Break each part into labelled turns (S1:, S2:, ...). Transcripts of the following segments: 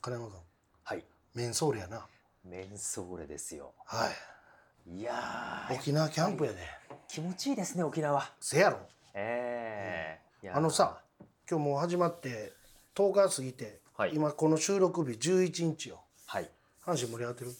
S1: 金山君
S2: はい
S1: メンソールやな
S2: メンソーレですよ
S1: はい
S2: いやー
S1: 沖縄キャンプやで、
S2: 気持ちいいですね沖縄
S1: せやろ
S2: ええ
S1: あのさ今日もう始まって10日過ぎて、
S2: はい
S1: 今この収録日11日よ
S2: はい
S1: 阪神盛り上がってる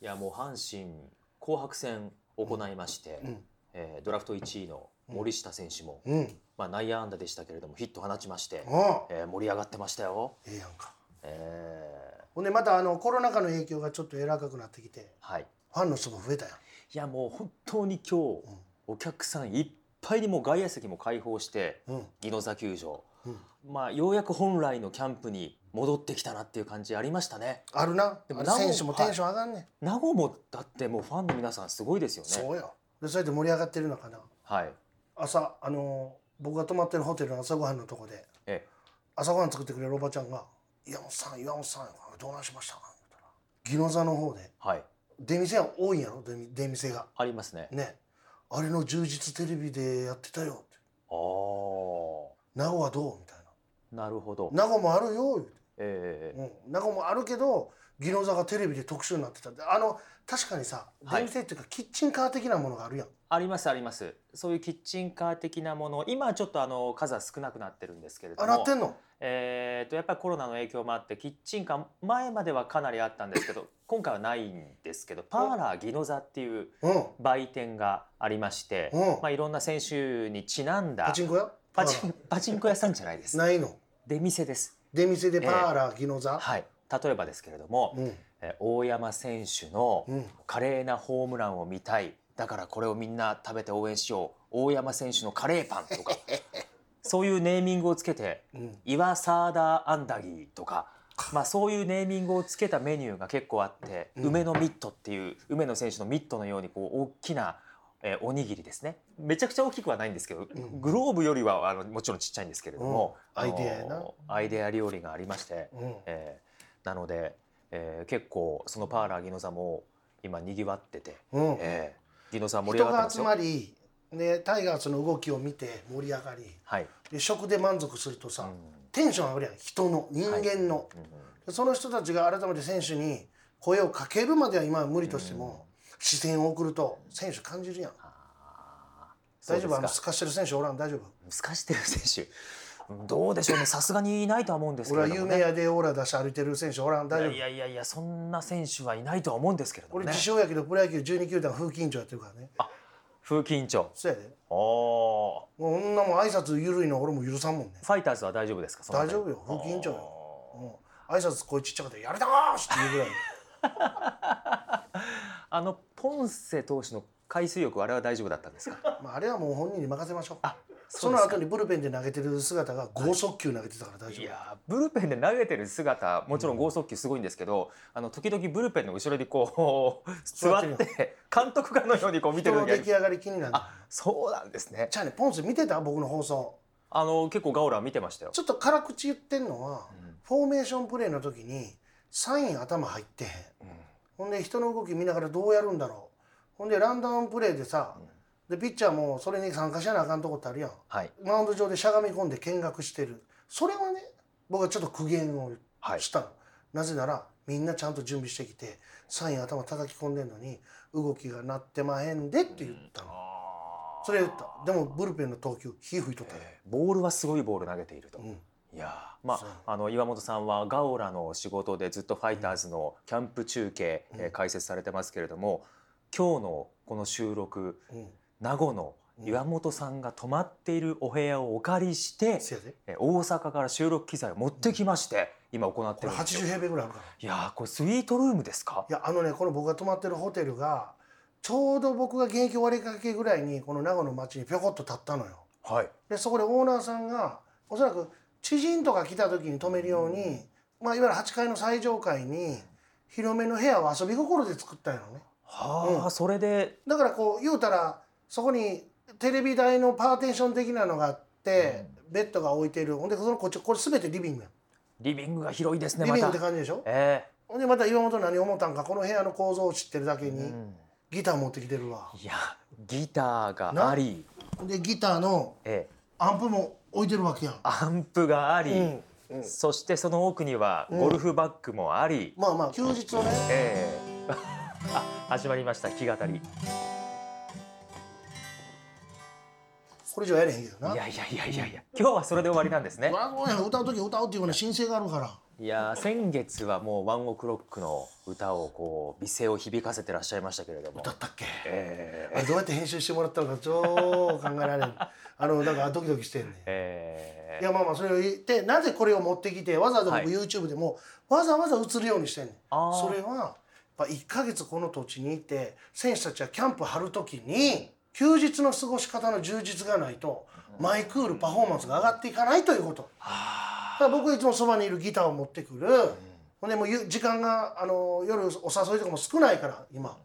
S2: いやもう阪神紅白戦行いまして、
S1: うん
S2: えードラフト1位の森下選手も、
S1: うん
S2: まあ、内野安打でしたけれどもヒット放ちまして、
S1: ああ
S2: えー盛り上がってましたよ、
S1: ええやんか
S2: えー
S1: ほんでまたあのコロナ禍の影響がちょっと柔らかくなってきて
S2: はい、
S1: ファンの人も増えたやん
S2: いやもう本当に今日、お客さんいっぱいにもう外野席も開放して、
S1: うん
S2: 宜野座球場、
S1: うん
S2: まあ、ようやく本来のキャンプに戻ってきたなっていう感じありましたね
S1: あるな
S2: でも
S1: あれ
S2: なお
S1: 選手もテンション上がんねん、
S2: 名護もだってもうファンの皆さんすごいですよね
S1: そうよでそうやって盛り上がってるのかな
S2: はい
S1: 朝あの僕が泊まってるホテルの朝ごはんのとこで
S2: え
S1: 朝ごはん作ってくれるおばちゃんが「岩本さん岩本さんどうなんしましたか?」言ったら宜野座の方で
S2: はい
S1: 出店は多いんやろ出み出店が
S2: ありますね
S1: ねあれの充実テレビでやってたよって
S2: ああ
S1: 名護はどうみたい
S2: なるほど
S1: な名護もあるよ言うて
S2: ええ
S1: うん、名護もあるけど宜野座がテレビで特集になってたってあの確かにさ
S2: は
S1: 出
S2: い
S1: 店っていうかキッチンカー的なものがあるやん、
S2: ありますありますそういうキッチンカー的なもの今ちょっとあの数は少なくなってるんですけれど
S1: あなっ
S2: も
S1: てんの
S2: えー、とやっぱりコロナの影響もあってキッチンカー前まではかなりあったんですけど 今回はないんですけどパーラーギノザっていう
S1: うん
S2: 売店がありまして、
S1: うん
S2: まあ、いろんな選手にちなんだ
S1: パチンコ屋
S2: パチンパチンコ屋さんじゃないです
S1: ないの
S2: 出店です、
S1: 出店でパーラー宜野座、
S2: はい、例えばですけれども、
S1: うん
S2: えー大山選手の
S1: うん
S2: 華麗なホームランを見たいだからこれをみんな食べて応援しよう大山選手のカレーパン とかそういうネーミングをつけて
S1: うん
S2: 岩サーダーアンダギーとか、まあ、そういうネーミングをつけたメニューが結構あって、
S1: うん
S2: 梅のミットっていう梅野選手のミットのようにこう大きな、えーおにぎりですねめちゃくちゃ大きくはないんですけど、
S1: ん
S2: グローブよりはあのもちろんちっちゃいんですけれども、
S1: うんア
S2: あの
S1: イデアやな
S2: アイデア料理がありまして、
S1: うん
S2: えーなので、えー結構そのパーラーギノザも今にぎわってて、
S1: うん
S2: えーギノザ盛り
S1: 人
S2: 上がって
S1: が集
S2: ますよ。
S1: まりでタイガースの動きを見て盛り上がり
S2: はい、
S1: で食で満足するとさ、
S2: うん
S1: テンション上がるやん人の人間の、
S2: うん
S1: でその人たちが改めて選手に声をかけるまでは今は無理としても、視線を送ると選手感じるやん
S2: あーそう
S1: 大
S2: です
S1: 丈
S2: か
S1: 夫あのすかしてる選手おらん大丈夫
S2: すかしてる選手うんどうでしょうねさすがにいないとは思うんですけ
S1: 俺
S2: れ
S1: は
S2: ども、ね、
S1: 有名やでオーラ出して歩いてる選手おらん大丈夫
S2: いやいやいやいやそんな選手はいないとは思うんですけれども
S1: 俺
S2: ね
S1: 自称やけどプロ野球12球団風紀委員長やってるからね
S2: 風紀委員長
S1: そうやで
S2: おお
S1: もう女もん挨拶緩いの俺も許さんもんね
S2: ーファイターズは大丈夫ですかその
S1: 大
S2: 辺り
S1: 丈夫よ風紀委員長よ
S2: お
S1: もう挨拶こういうちっちゃくて「やりたーし!」って言うぐらい
S2: ーあのポンセ投手の海水浴あれは大丈夫だったんですか
S1: まあ、あれはもう本人に任せましょう。
S2: そ
S1: そう
S2: です
S1: の
S2: か
S1: 後にブルペンで投げてる姿が剛速球投げてたから大
S2: い
S1: 丈夫。
S2: やーブルペンで投げてる姿もちろん剛速球すごいんですけど、あの時々ブルペンの後ろにこう座
S1: 座
S2: っ
S1: って
S2: て監督がのようにこう見て
S1: 人の
S2: る時あ
S1: 出
S2: り
S1: 来上がり気になる。
S2: あそうなんですね
S1: じゃあね、ポンス見てた僕の放送。
S2: あの結構ガオラ見てましたよ
S1: ちょっと辛口言ってんのは、フォーメーションプレーの時にサイン頭入ってへん。ほんで人の動き見ながらどうやるんだろう。ほんでランダムプレーでさ、でピッチャーもそれに参加しなあかんとこってあるやん。
S2: はい
S1: マウンド上でしゃがみ込んで見学してる。それはね、僕はちょっと苦言を言って。
S2: はい
S1: したの、なぜならみんなちゃんと準備してきてサイン頭叩き込んでんのに動きがなってまへんでって言ったの、それ言ったでもブルペンの投球火吹いとったよ、
S2: ボールはすごいボール投げていると、
S1: うん
S2: いやーま
S1: そう
S2: ああの岩本さんはガオラの仕事でずっとファイターズのキャンプ中継、えー解説されてますけれども今日のこの収録
S1: うん、
S2: 名護の岩本さんが泊まっているお部屋をお借りして、
S1: せやで
S2: えー大阪から収録機材を持ってきまして今行っ
S1: こ
S2: て
S1: れ
S2: るんです
S1: 80
S2: よ
S1: 平米ぐらいあるから
S2: いやーこれスイートルームですか
S1: いやあのねこの僕が泊まってるホテルがちょうど僕が現役終わりかけぐらいにこの名護の町にぴょこっと立ったのよ
S2: はい
S1: でそこでオーナーさんがおそらく知人とか来た時に泊めるように、まあ、いわゆる8階の最上階に広めの部屋を遊び心で作ったんやろね
S2: はあ、それで
S1: だからこう言うたらそこにテレビ台のパーテーション的なのがあって、ベッドが置いてるほんでそのこっちこれ全てリビングやん
S2: リビングが広いですね
S1: リ
S2: ま
S1: ビング
S2: た
S1: って感じでしょ
S2: え
S1: ほんでまた岩本何思ったんかこの部屋の構造を知ってるだけに、
S2: ーうん
S1: ギター持ってきてるわ
S2: いやギターがあり
S1: ほんでギターの
S2: ええ
S1: アンプも置いてるわけやん
S2: アンプがあり、
S1: うん
S3: うん
S2: そしてその奥にはゴルフバッグもあり、
S1: まあまあ休日をね
S2: え えあ始まりました弾き語り。
S1: これ以上やれへんけどない
S2: やいやいやいやいや今日はそれで終わりなんですね。
S1: まあそうやん歌う時歌うっていうような申請があるから
S2: いやー先月はもうワンオクロックの歌をこう美声を響かせてらっしゃいましたけれども
S1: 歌。ったっけ
S2: え
S1: あれどうやって編集してもらったのか超考えられんあのなんかドキドキしてんねん
S2: え
S1: い
S2: ええ
S1: やまあまあそれを言ってなぜこれを持ってきてわざわざ
S2: はい
S1: 僕 YouTube でもわざわざ映るようにしてんねん、
S2: あー
S1: それはやっぱ1ヶ月この土地にいて選手たちはキャンプ張る時に休日の過ごし方の充実がないとマイクールパフォーマンスが上がっていかないということだから僕はいつもそばにいるギターを持ってくる、ほんでもうゆ時間があの夜お誘いとかも少ないから今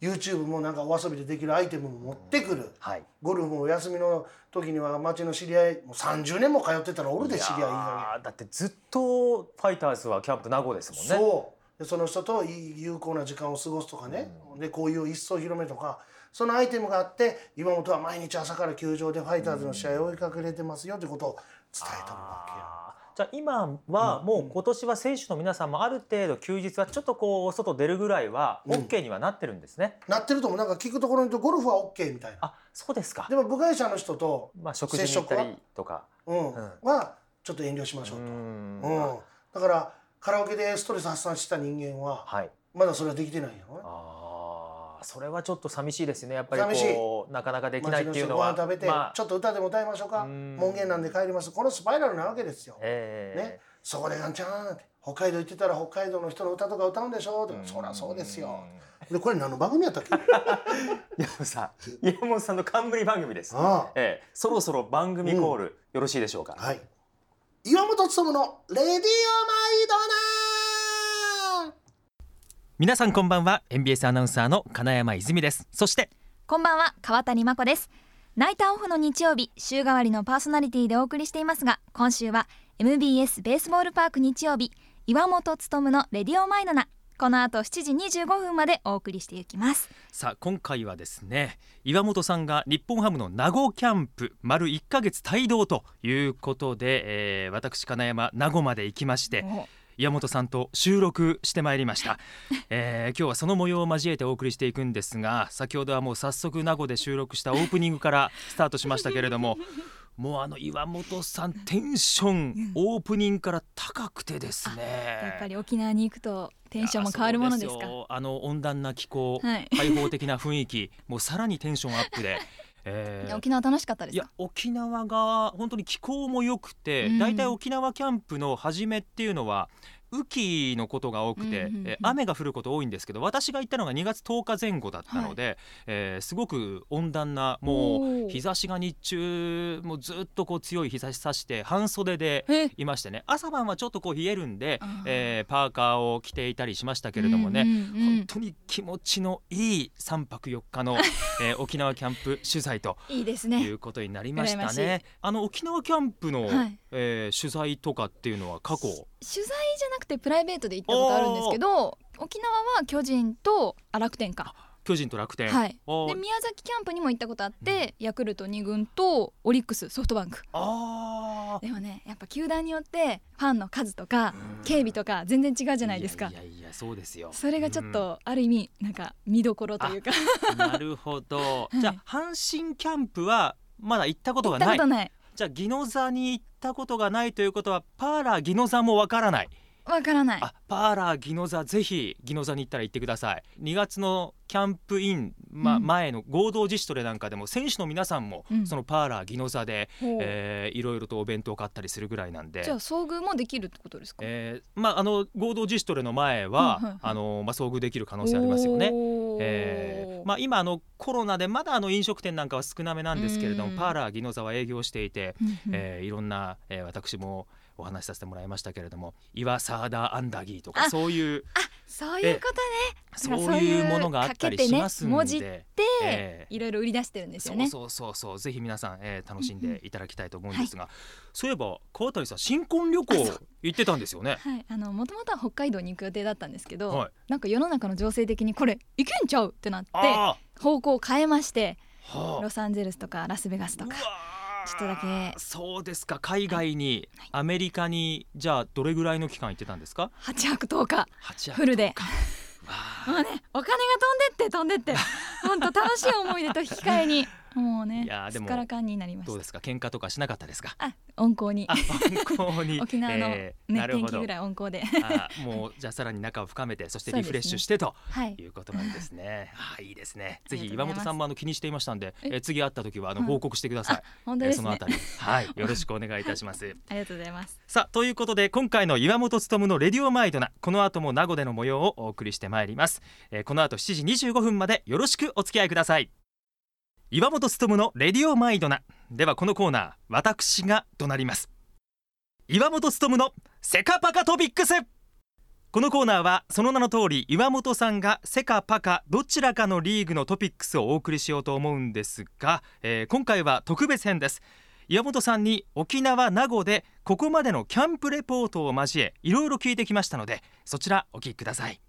S1: YouTube もなんかお遊びでできるアイテムも持ってくる、
S2: はい。
S1: ゴルフもお休みの時には町の知り合いもう30年も通ってたらおるで知り合い
S2: い
S1: が
S2: やーだってずっとファイターズはキャンプ名護ですもんね。
S1: そうでその人といい有効な時間を過ごすとかね、で交友を一層広めとかそのアイテムがあって今本は毎日朝から球場でファイターズの試合を追いかけれてますよということを伝えとるわ
S2: あーじゃあ今はもう今年は選手の皆さんもある程度休日はちょっとこう外出るぐらいは OK にはなってるんですね。
S1: けよなってるともなんか聞くところによるとゴルフは OK みたいな
S2: あそうですか
S1: で。も部外者の人と、
S2: まあ食事に行ったりとか。
S1: うん
S2: ん
S1: はちょっと遠慮しまし
S2: う
S1: ょうと、
S2: ん
S1: うんだからカラオケでストレス発散した人間は
S2: はい。
S1: まだそれはできてないんやろね
S2: ああそれはちょっと寂しいですね。やっぱり
S1: 寂し
S2: こうなかなかできないっていうの
S1: 街
S2: は。
S1: 人ご飯食べて、
S2: まあ
S1: ちょっと歌でも歌いましょうか
S2: うん
S1: 門限なんで帰りますこのスパイラルなわけですよ、ね
S2: え
S1: そこでガンちゃんって北海道行ってたら北海道の人の歌とか歌うんでしょとか
S2: え
S1: そりゃそうですよ
S2: ん
S1: でこれ何の番組やったっ け
S2: 山本さん、山本さんの冠番組です。
S1: あ
S2: ええ、そろそろ番組コール、よろしいでしょうか
S1: あ。はい岩本勉の「レディオマイドナー」
S2: 皆さんこんばんは NBS アナウンサーの金山泉ですそして
S4: こんばんは川谷真子ですナイターオフの日曜日週替わりのパーソナリティでお送りしていますが今週は MBS ベースボールパーク日曜日岩本勉のレディオマイドナこの後7時25分までお送りしていきます
S2: さあ今回はですね岩本さんが日本ハムの名護キャンプ丸1ヶ月帯同ということで、えー、私金山名護まで行きまして岩本さんと収録してまいりました、 えー今日はその模様を交えてお送りしていくんですが先ほどはもう早速名護で収録したオープニングからスタートしましたけれど ももうあの岩本さんテンションオープニングから高くてですね
S4: やっぱり沖縄に行くとテンションも変わるもので
S2: い
S4: す
S2: や
S4: か
S2: そうよあの温暖な気候、
S4: はい
S2: 開放的な雰囲気、もうさらにテンションアップで。え
S4: い
S2: ー
S4: や沖縄楽しかったで
S2: い
S4: す
S2: や
S4: か
S2: 沖縄が本当に気候も良くて、
S4: うん
S2: だいたい沖縄キャンプの始めっていうのは雨季のことが多くて、
S4: うんうんうん
S2: え雨が降ること多いんですけど私が行ったのが2月10日前後だったので、えーすごく温暖なも
S4: お
S2: う
S4: ー
S2: 日差しが日中もうずっとこう強い日差しさして半袖で
S4: え
S2: いましてね朝晩はちょっとこう冷えるんで
S4: あー、
S2: えーパーカーを着ていたりしましたけれどもね、
S4: うんうんうん
S2: 本当に気持ちのいい3泊4日 の、えー沖縄キャンプ取材と
S4: いいです
S2: い
S4: ね
S2: うことになりました
S4: 羨まし
S2: ね
S4: い。
S2: あの沖縄キャンプの、
S4: はい
S2: えー取材とかっていうのは過去
S4: 取材じゃなくてプライベートで行ったことあるんですけど沖縄は巨人とあ楽天か
S2: 巨人と楽天、
S4: はい
S2: あー
S4: で宮崎キャンプにも行ったことあって、ヤクルト2軍とオリックスソフトバンク
S2: あー
S4: でもねやっぱ球団によってファンの数とか警備とか全然違うじゃないですか
S2: いやいやいやそうですよ。
S4: それがちょっとある意味なんか見どころというか
S2: うんなるほ ど
S4: い。
S2: じゃあ阪神キャンプはまだ行ったことが
S4: 行った
S2: な
S4: こ
S2: い。
S4: とない
S2: じゃあ宜野座に行ったことがないということはパーラー宜野座もわからない。
S4: わからない
S2: あパーラーギノザぜひギノザに行ったら行ってください2月のキャンプイン、ま
S4: うん
S2: 前の合同自主トレなんかでも選手の皆さんも、
S4: うん
S2: そのパーラーギノザで、
S4: ほう
S2: えーいろいろとお弁当を買ったりするぐらいなんで
S4: じゃあ遭遇もできるってことですか、
S2: えーまあ、あの合同自主トレの前は、
S4: うんはいはい
S2: あのまあ、遭遇できる可能性ありますよね。
S4: おー
S2: えーまあ、今あのコロナでまだあの飲食店なんかは少なめなんですけれども、
S4: うん
S2: パーラーギノザは営業していて、
S4: うんうん
S2: えーいろんな、えー私もお話しさせてもらいましたけれども岩サーダーアンダギーとか
S4: あ
S2: そういう
S4: そういうことね
S2: そういうものがあったりしますんで、
S4: かけてねで、
S2: ええ
S4: いろいろ売り出してるんです
S2: そ
S4: よね
S2: うそうそうそうぜひ皆さん、えー楽しんでいただきたいと思うんですが、そういえば川谷さん新婚旅
S4: あそ
S2: 行行ってたんですよね。
S4: はい、あのもともとは北海道に行く予定だったんですけど、
S2: はい
S4: なんか世の中の情勢的にこれ行けんちゃうってなって
S2: あ
S4: 方向を変えまして
S2: ーはあ
S4: ロサンゼルスとかラスベガス
S2: う
S4: と
S2: わ
S4: かちょっとだけ
S2: そうですか海外に、アメリカにじゃあどれぐらいの期間行ってたんですか
S4: 8泊10日
S2: 八
S4: フルで
S2: わあ
S4: もうねお金が飛んでって飛んでって 本当楽しい思い出と引き換えにもう
S2: い
S4: ね
S2: やーですも
S4: っからかんになりま
S2: どう
S4: し
S2: ですか喧嘩とかしなかったですか
S4: たあ温厚に
S2: あ本当に
S4: 沖縄の、ね
S2: えーなる
S4: 天
S2: ほ
S4: 気
S2: ど
S4: ぐらい温厚で
S2: あもうじゃあさらに仲を深めてそしてリフレッシュしてと
S4: はい
S2: いうことなんですね。あいいですね。ぜひ
S4: あり
S2: 岩
S4: がとうございます
S2: 本さんもあの気にしていましたんで、
S4: え
S2: え次会った時はあの
S4: うん
S2: 報告してください。
S4: 本当
S2: え
S4: で
S2: そ
S4: す
S2: のあ
S4: ね
S2: たり、 はい、よろしくお願いいたします。
S4: ありがとうございます
S2: さあということで今回の岩本勉のレディオマイドナこの後も名護での模様をお送りしてまいります、えーこの後7時25分までよろしくお付き合いください岩本勉のレディオマイドナではこのコーナー私が怒鳴ります岩本勉のセカパカトピックスこのコーナーはその名の通り岩本さんがセカパカどちらかのリーグのトピックスをお送りしようと思うんですが、えー今回は特別編です岩本さんに沖縄名護でここまでのキャンプレポートを交えいろいろ聞いてきましたのでそちらお聞きください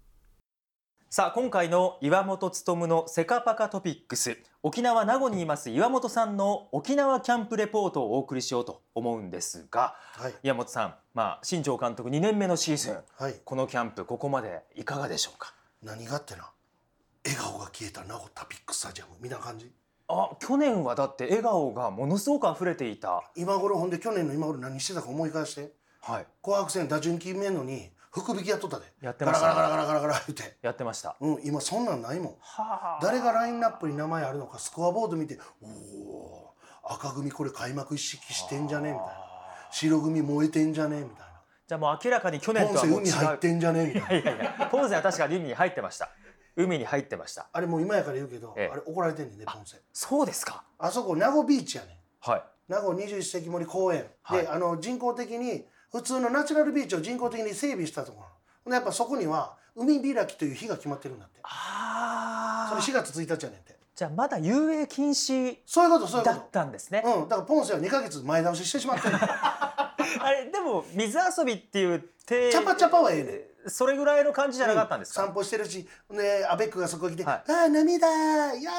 S2: さあ今回の岩本勉のセカパカトピックス沖縄名護にいます岩本さんの沖縄キャンプレポートをお送りしようと思うんですが
S1: はい
S2: 岩本さん、まあ、新庄監督2年目のシーズン
S1: はい
S2: このキャンプここまでいかがでしょうか
S1: 何がってな笑顔が消えた名護タピックスタジアムみたいな感じ
S2: あ去年はだって笑顔がものすごく溢れていた、
S1: 今頃ほんで去年の今頃何してたか思い返して
S2: はい、
S1: 紅白戦打順決めんのに福引きやっとったで
S2: やって
S1: ガラ
S2: まし
S1: ガラガラガラ
S2: た
S1: ガラガラ言って
S2: やってました
S1: うん今そんなんないもん
S2: はあ
S1: 誰がラインナップに名前あるのかスコアボード見ておお赤組これ開幕意識してんじゃねえみたいな白組燃えてんじゃねえみたい
S2: じゃあもう明らかに去
S1: な
S2: 年と
S1: 本性
S2: はもう違
S1: 海
S2: う
S1: 入ってんじゃねえみたいない
S2: やいやポンセは確かに海に入ってました海に入ってました
S1: あれもう今やから言うけど、
S2: ええ
S1: あれ怒られてんねんねポンセ
S2: そうですか
S1: あそこ名護ビーチやねん
S2: はい
S1: 名護21世紀森公園、
S2: はい
S1: であの人工的に普通のナチュラルビーチを人工的に整備したところでやっぱそこには海開きという日が決まってるんだって
S2: あ
S1: それ4月1日やねんて
S2: じゃあまだ遊泳禁止
S1: そういうことそういう
S2: だ
S1: こ
S2: ったんですね
S1: とうんだからポンセは2か月前倒ししてしま ってる
S2: あれでも水遊びっていう手
S1: チャパチャパはええねん
S2: それぐらいの感じじゃなかったんですか、
S1: 散歩してるしねアベックがそこに来て「
S2: は
S1: ああ涙いや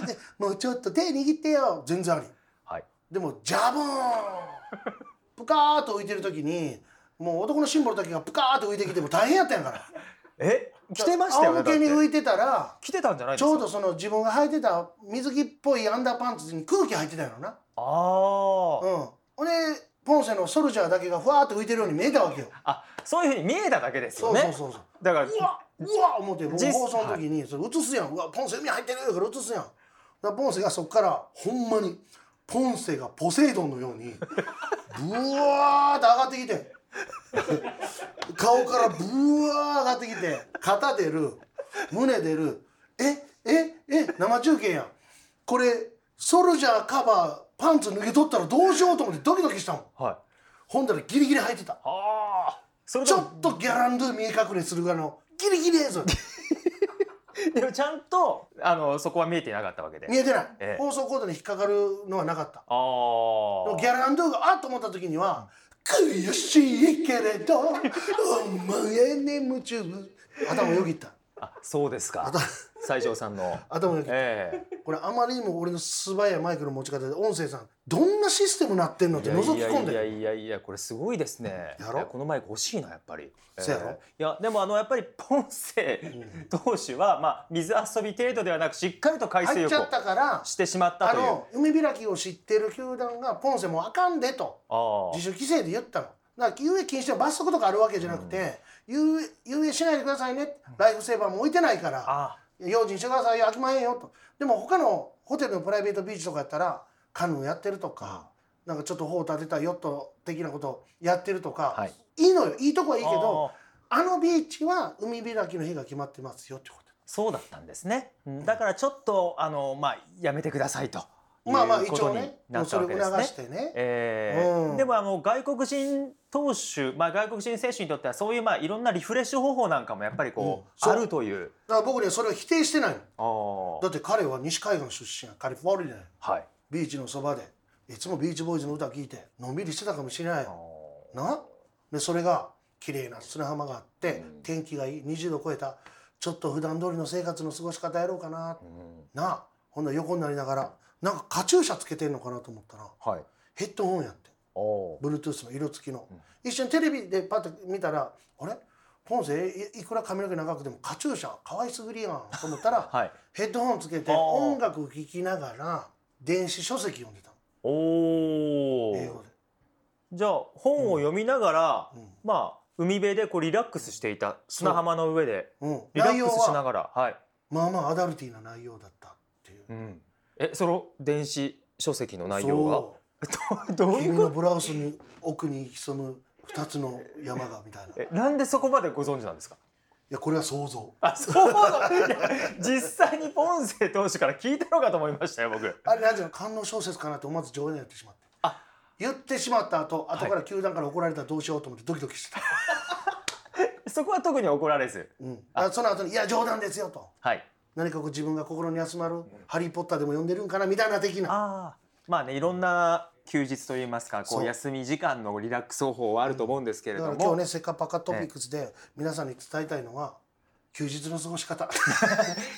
S1: ー」でもうちょっと手握ってよ」全然あり
S2: はい
S1: でもジャボーンプカーッと浮いてる時にもう男のシンボルだけがプカーッと浮いてきても大変やったんやから
S2: え来てましたよね
S1: 仰向けに浮
S2: い
S1: いてたら
S2: 来てたんじゃないで
S1: ち
S2: すか
S1: ょうどその自分が履いてた水着っぽいアンダーパンツに空気入ってたんやろな
S2: あー、
S1: うんほんでポンセのソルジャーだけがふわーっと浮いてるように見えたわけよ
S2: あそういうふうに見えただけです
S1: そ
S2: よ
S1: う
S2: ね
S1: そうそうそう
S2: だから
S1: うわうわ思って僕
S2: 実
S1: 放送の時にそれ映すやんうわポンセ海入ってるよから映すやんだからポンセがそっからほんまにポンセがポセイドンのようにブワーって上がってきて顔からブワー上がってきて肩出る胸出るえええ生中継やんこれソルジャーカバーパンツ脱げ取ったらどうしようと思ってドキドキしたもん
S2: はい
S1: ほんだらギリギリ入ってた
S2: ああそれ
S1: ち
S2: で
S1: ょ
S2: も
S1: っとギャランドゥ見え隠れするぐらいのギリギリ映像
S2: でもちゃんとあのそこは見えていなかったわけで
S1: 見えてない、
S2: ええ
S1: 放送コードに引っかかるのはなかったで
S2: あ
S1: も
S2: ー
S1: ギャランドゥがあっと思った時には悔しいけれどお前に夢中頭よぎった
S2: あそうですか
S1: 頭
S2: 西条さ んの
S1: 頭よぎった
S2: ええ
S1: これあまりにも俺の素早いマイクの持ち方で音声さんどんなシステムなってんのって覗き込んで
S2: いや
S1: る
S2: いやいやいやこれすごいですね
S1: やろ
S2: いこのマイク欲しいなやっぱり
S1: そやろ
S2: ええいやでもあのやっぱりポンセ投手は、まあ、水遊び程度ではなくしっかりと海水
S1: 入っち
S2: 浴
S1: ゃったから
S2: をしてしまった
S1: あ
S2: というあ
S1: の海開きを知ってる球団がポンセもうあかんでと
S2: あ
S1: 自主規制で言ったのだから遊泳禁止の罰則とかあるわけじゃなくて、遊泳遊泳しないでくださいねライフセーバーも置いてないから、
S2: あ
S1: 用心してくださいよ飽きまへんよとでも他のホテルのプライベートビーチとかやったらカヌーやってるとか、なんかちょっと砲立てたヨット的なことやってるとか、
S2: はい
S1: い、いのよいいとこはい
S2: い
S1: いけどあのビーチは海開きの日が決まってますよってこ
S2: そうだったんですねうんだからちょっとあの、まあ、やめてくださいと
S1: とまあまあ
S2: いう
S1: 一
S2: こと
S1: 応
S2: に
S1: ねも
S2: な
S1: う
S2: った
S1: それ
S2: わ
S1: を
S2: け
S1: 促
S2: ですね
S1: してね
S2: えー
S1: うん
S2: でもあの外国人投手、まあ、外国人選手にとってはそういうまあいろんなリフレッシュ方法なんかもやっぱりこ
S1: うん
S2: う、
S1: そう
S2: あるという。
S1: だから僕にはそれを否定してないの
S2: あー
S1: だって彼は西海岸出身やカリフォルニアや
S2: はい、
S1: ビーチのそばでいつもビーチボーイズの歌聴いてのんびりしてたかもしれない
S2: あー
S1: よなでそれが綺麗な砂浜があって、
S2: うん
S1: 天気がいい20度超えたちょっと普段通りの生活の過ごし方やろうかな、
S2: うん
S1: なあほんなら横になりながらなんかカチューシャつけてんのかなと思ったら
S2: はい。
S1: ヘッドホンやって
S2: おお
S1: Bluetooth の色付きの、
S2: うん
S1: 一瞬テレビでパッと見たらあれポンセいいくら髪の毛長くてもカチューシャ可愛すぎるやんと思ったら、
S2: ー。はい。
S1: ヘッドホンつけて
S2: あー
S1: 音楽聴きながら電子書籍読んでた
S2: お
S1: の英
S2: お
S1: 語。
S2: じゃあ本を読みながら、
S1: で、
S2: まあ海辺でこうリラックスしていた砂浜の上で
S1: うんうん、
S2: リラ
S1: 内
S2: ッ
S1: 容
S2: クスしな
S1: は
S2: がら、はい。
S1: まあまあアダルティーな内容だったっていう
S2: うん。え、その電子書籍の内容が ど
S1: そう
S2: どうい
S1: 君
S2: う
S1: の
S2: こ
S1: ブラウスに奥に潜む二つの山がみ たいな
S2: と？
S1: い
S2: え、なんでそこまでご存知なんですか？
S1: やこれは想像
S2: あ、そうだ。いや 実際にポンセ投手から聞いたのかと思いましたよ、僕。
S1: あれなんていうの官能小説かなと思わず上演やってしまって
S2: あ
S1: 言ってしまった後後から球団から怒られたらどうしようと思ってドキドキしてた、
S2: そこは特に怒られず。
S1: うん、あその後に「いや冗談ですよ」と
S2: はい。
S1: 何かこう自分が心に休まる「ハリー・ポッター」でも読んでるんかなみたいな的な
S2: ああ。まあね、いろんな休日といいますか、こ
S1: そうう
S2: 休み時間のリラックス方法はあると思うんですけ
S1: だ
S2: れ
S1: か
S2: ど
S1: ら
S2: も。
S1: 今日ね「セカパカトピックス」で皆さんに伝えたいのは休日の過ごし方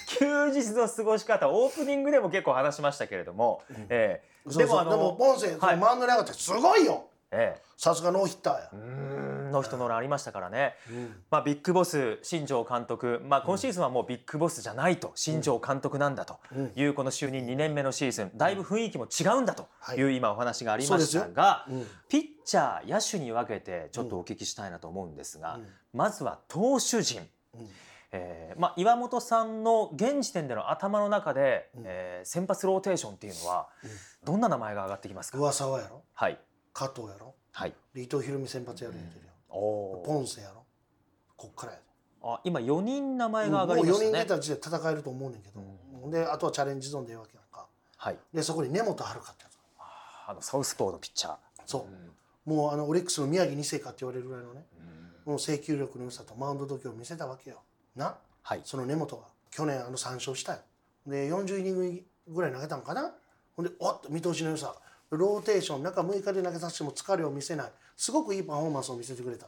S2: 休日の過ごし方、オープニングでも結構話しましたけれども。ええ
S1: そうそう
S2: あの
S1: でもポンセ、その
S2: はい
S1: マウンドに上がってすごいよ
S2: ええ。
S1: さすがノーヒッターや
S2: う、ーんの人のありましたからね、
S1: うん
S2: まあ、ビッグボス新庄監督、まあ、今シーズンはもうビッグボスじゃないと新庄監督なんだと
S1: うん
S2: いうこの就任2年目のシーズンだいぶ雰囲気も違うんだとい
S1: は
S2: う今お話がありましたが、
S1: うん
S2: ピッチャー野手に分けてちょっとお聞きしたいなと思うんですが、
S1: うん
S2: まずは投手陣、
S1: うん
S2: えーまあ、岩本さんの現時点での頭の中で、
S1: うん
S2: えー先発ローテーションっていうのは
S1: うん
S2: どんな名前が上がってきますか、
S1: 上沢やろ
S2: はい
S1: 加藤やろ
S2: はい
S1: 伊藤博美先発やるやってるよ、
S2: おー
S1: ポンセやろこっからや
S2: あ今4人名前が
S1: も
S2: 上が
S1: う
S2: りま
S1: 4
S2: した
S1: 人
S2: ね。
S1: 出た時点で戦えると思うねんけど、
S2: うん
S1: であとはチャレンジゾーンでええわけやんか
S2: はい、
S1: でそこに根本遥香ってや
S2: あのサウスポーのピッチャー。
S1: つそう、もうあのオリックスの宮城二世かって言われるぐらいのねもう制球力の良さとマウンド度胸を見せたわけよな
S2: はい。
S1: その根本が去年あの3勝したよで40イニングぐらい投げたんかなほんでおっと見通しの良さローテーション中6日で投げさせても疲れを見せないすごくいいパフォーマンスを見せてくれた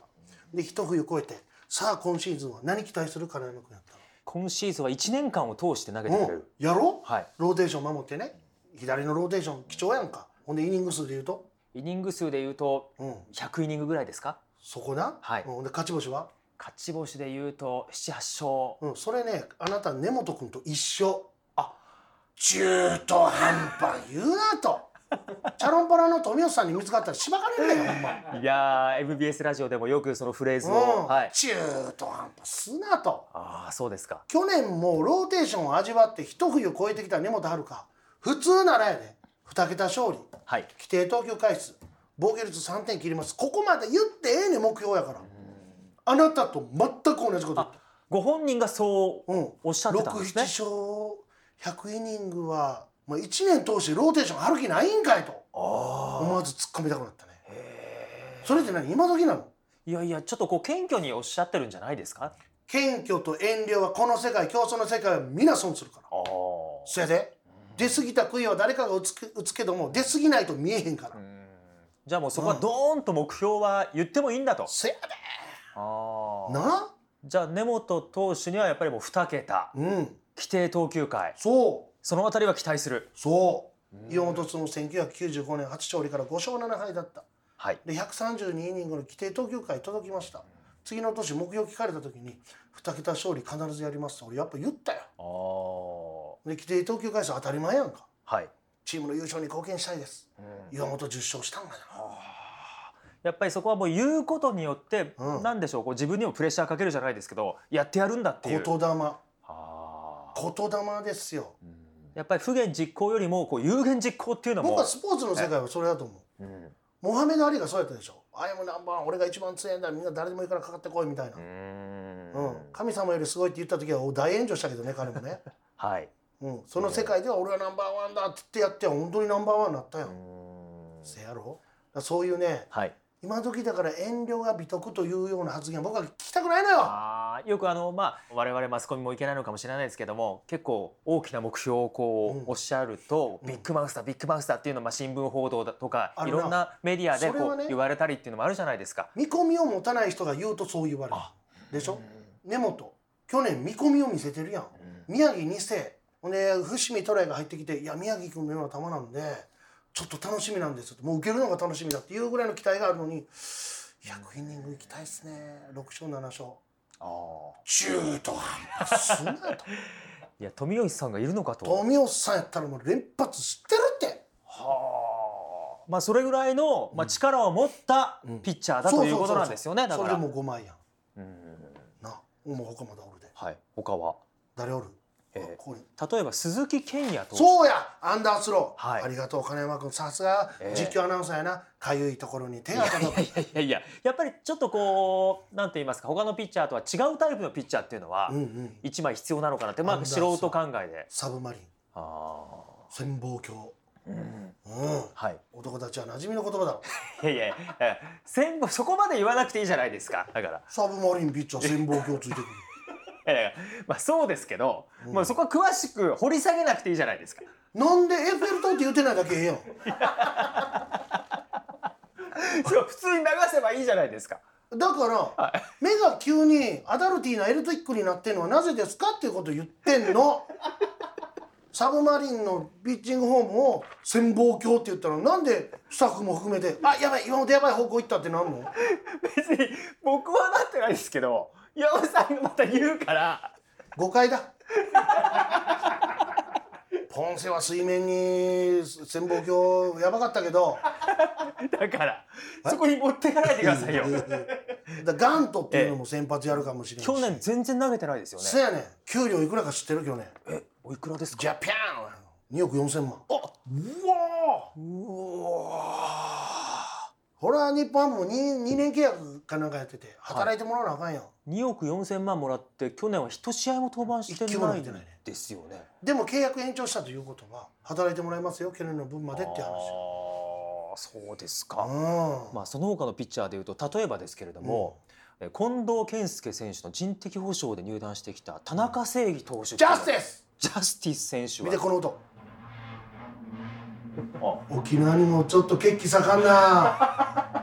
S1: で一冬越えてさあ今シーズンは何期待する金山君やった
S2: 今シーズンは1年間を通して投げて
S1: の
S2: くれる。
S1: うんやろ
S2: はい。
S1: ローテーション守ってね左のローテーション貴重やんかほんでイニング数で言うと
S2: イニング数で言うと
S1: うん
S2: 100イニングぐらいですか？
S1: そこな、
S2: はい
S1: うん、で勝ち星は、
S2: 勝ち星で言うと7、8勝。
S1: うん、それねあなた根本君と一緒
S2: あ、
S1: 中途半端言うなと チャロンパラの富吉さんに見つかったらしばかれるよほんまに
S2: いやー、MBS ラジオでもよくそのフレーズを、
S1: うん
S2: はい。
S1: 中途半端すなと
S2: ああ、そうですか。
S1: 去年もローテーションを味わって一冬越えてきた根本遥香普通ならやで2桁勝利
S2: はい。
S1: 規定投球回数防御率3点切りますここまで言ってええねん目標やからあなたと全く同じこと
S2: あ、ご本人がそう
S1: 言って
S2: おっしゃっ
S1: うん
S2: てたんですね。
S1: 67勝100イニングは、まあ、1年通してローテーションある気ないんかいと
S2: あ
S1: 思わず突っ込みたくなったねそれって何今時なの
S2: ーいやいや、ちょっとこう謙虚におっしゃってるんじゃないですか？
S1: 謙虚と遠慮はこの世界競争の世界は皆損するから
S2: ああ。
S1: そやで出過ぎた悔いは誰かが打つけ打つけども出過ぎないと見えへんから、
S2: じゃあもうそこはドーンと目標は言ってもいいんだと。
S1: そや
S2: あ
S1: で
S2: あ。
S1: な
S2: じゃあ根本投手にはやっぱりもう2桁
S1: うん
S2: 規定投球回
S1: そう
S2: そのあたりは期待する
S1: そう岩本の1995年初勝利から5勝7敗だった
S2: はい
S1: で132イニングの規定投球回届きました次の年目標聞かれた時に2桁勝利必ずやりますと俺やっぱ言ったよ
S2: ああ
S1: で規定投球回数当たり前やんか
S2: はい、
S1: チームの優勝に貢献したいです岩本10勝したんだよ
S2: やっぱりそこはもう言うことによって、
S1: うん
S2: なんでしょうこう自分にもプレッシャーかけるじゃないですけどやってやるんだっていう
S1: 言霊
S2: ああ
S1: 言霊ですよ
S2: やっぱり不言実行よりもこう有言実行っていうのも
S1: 僕はスポーツの世界はそれだと思う
S2: うん
S1: モハメド・アリがそうやったでしょ「あやもナンバーワン俺が一番強いんだみんな誰でもいいからかかってこい」みたいな、
S2: うーん
S1: うん、神様よりすごいって言った時はお大炎上したけどね彼もね、
S2: はい
S1: うん、その世界では俺はナンバーワンだって言ってやって本当にナンバーワンになったよ、
S2: うーん
S1: せやろだからそういうね
S2: はい
S1: 今時だから遠慮が美徳というような発言僕は聞きたくないのよ
S2: あーよくあのまあ我々マスコミもいけないのかもしれないですけども結構大きな目標をこう、
S1: うん
S2: おっしゃると、
S1: うん
S2: ビッグマウスだビッグマウスだっていうのをまあ新聞報道だとか
S1: あ
S2: い
S1: るな
S2: ろんなメディアで
S1: それ
S2: こ
S1: は
S2: う、
S1: ね
S2: 言われたりっていうのもあるじゃないですか。
S1: 見込みを持たない人が言うとそう言われる
S2: あ
S1: でしょ根本去年見込みを見せてるやん宮城2世ほんで伏見トライが入ってきて「いや宮城君のような球なんでちょっと楽しみなんです」ってもう受けるのが楽しみだっていうぐらいの期待があるのに100イニング行きたいですね6勝7勝
S2: ああ
S1: 中途半 端すんなよと
S2: いや富吉さんがいるのかと
S1: 富雄さんやったらもう連発知ってるって
S2: はあまあそれぐらいの、まあ、力を持ったピッチャーだということなんですよねだ
S1: そ
S2: か
S1: れでも
S2: ら
S1: う5枚やん
S2: うん
S1: なもう他まだおるで
S2: はい他は
S1: 誰おる、
S2: ええ
S1: ここに
S2: 例えば鈴木健也投手
S1: そうやアンダースロー、
S2: はい
S1: ありがとう金山君さすが
S2: ええ
S1: 実況アナウンサーやなかゆいところに手が
S2: い
S1: 届く
S2: やいやいやいややっぱりちょっとこうなんて言いますか他のピッチャーとは違うタイプのピッチャーっていうのは
S1: うんうん
S2: 一枚必要なのかなってまあ素人考えで
S1: サブマリン
S2: あ
S1: 潜望鏡
S2: あうん
S1: うん
S2: はい
S1: 男たちは馴染みの言葉だろ
S2: いやいやいや全部そこまで言わなくていいじゃないですかだから
S1: サブマリンピッチャー潜望鏡ついてくる
S2: いやいやまあそうですけど、
S1: うん
S2: まあそこは詳しく掘り下げなくていいじゃないですか
S1: なんでエッフェル塔って言ってないだけええやん
S2: そう普通に流せばいいじゃないですか
S1: だから、目が急にアダルティーなエルトリックになってるのはなぜですかっていうことを言ってんの サブマリンのピッチングフォームを潜望鏡って言ったらなんでスタッフも含めて「あやばい今までやばい方向行った」ってなんの
S2: 別に僕はなってないですけど岩尾さんがまた言うから
S1: 誤解だポンセは水面に潜望鏡やばかったけど
S2: だからそこに持ってかないでくださいよ
S1: だガントっていうのも先発やるかもしれないし
S2: 去年全然投げてないですよ
S1: そ
S2: ね
S1: やねん給料いくらか知ってる去年
S2: おいくらです
S1: ジャパン2億4千万
S2: うわ
S1: ほら日本ハムも 2, 2年契約かなんかやってて働いてもらわなあかんよ、
S2: 2億4千万もらって去年は一試合も登板して
S1: 一球も
S2: な
S1: 投
S2: い
S1: げ
S2: ん
S1: てないね
S2: ですよね
S1: でも契約延長したということは働いてもらいますよ去年の分までって
S2: あ
S1: 話よ
S2: ーそうです
S1: う
S2: か、
S1: ん、
S2: まあ、その他のピッチャーでいうと例えばですけれども、え近藤健介選手の人的保障で入団してきた田中正義投
S1: ジ
S2: 手
S1: ャスティ
S2: ス
S1: ス
S2: ジャスティス選手
S1: 見て
S2: は
S1: この音沖縄にもちょっと血気盛んな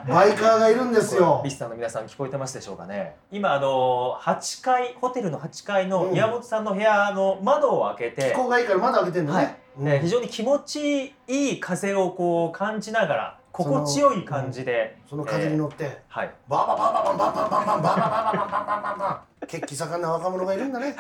S1: バイカーがいるんですよ
S2: リスナーの皆さん聞こえてますでしょうかね今あの8階ホテルの8階の
S1: うん
S2: 宮本さんの部屋の窓を開けて
S1: 気、候がいいからまだ開けてんのね、
S2: はい
S1: うん
S2: ね非常に気持ちいい風をこう感じながら心地よい感じで、
S1: その風に乗って、
S2: はい
S1: バンバンバンバンバンバンバンバンバンバンバンバンバンバンバンバン血気盛んな若者がいるんだね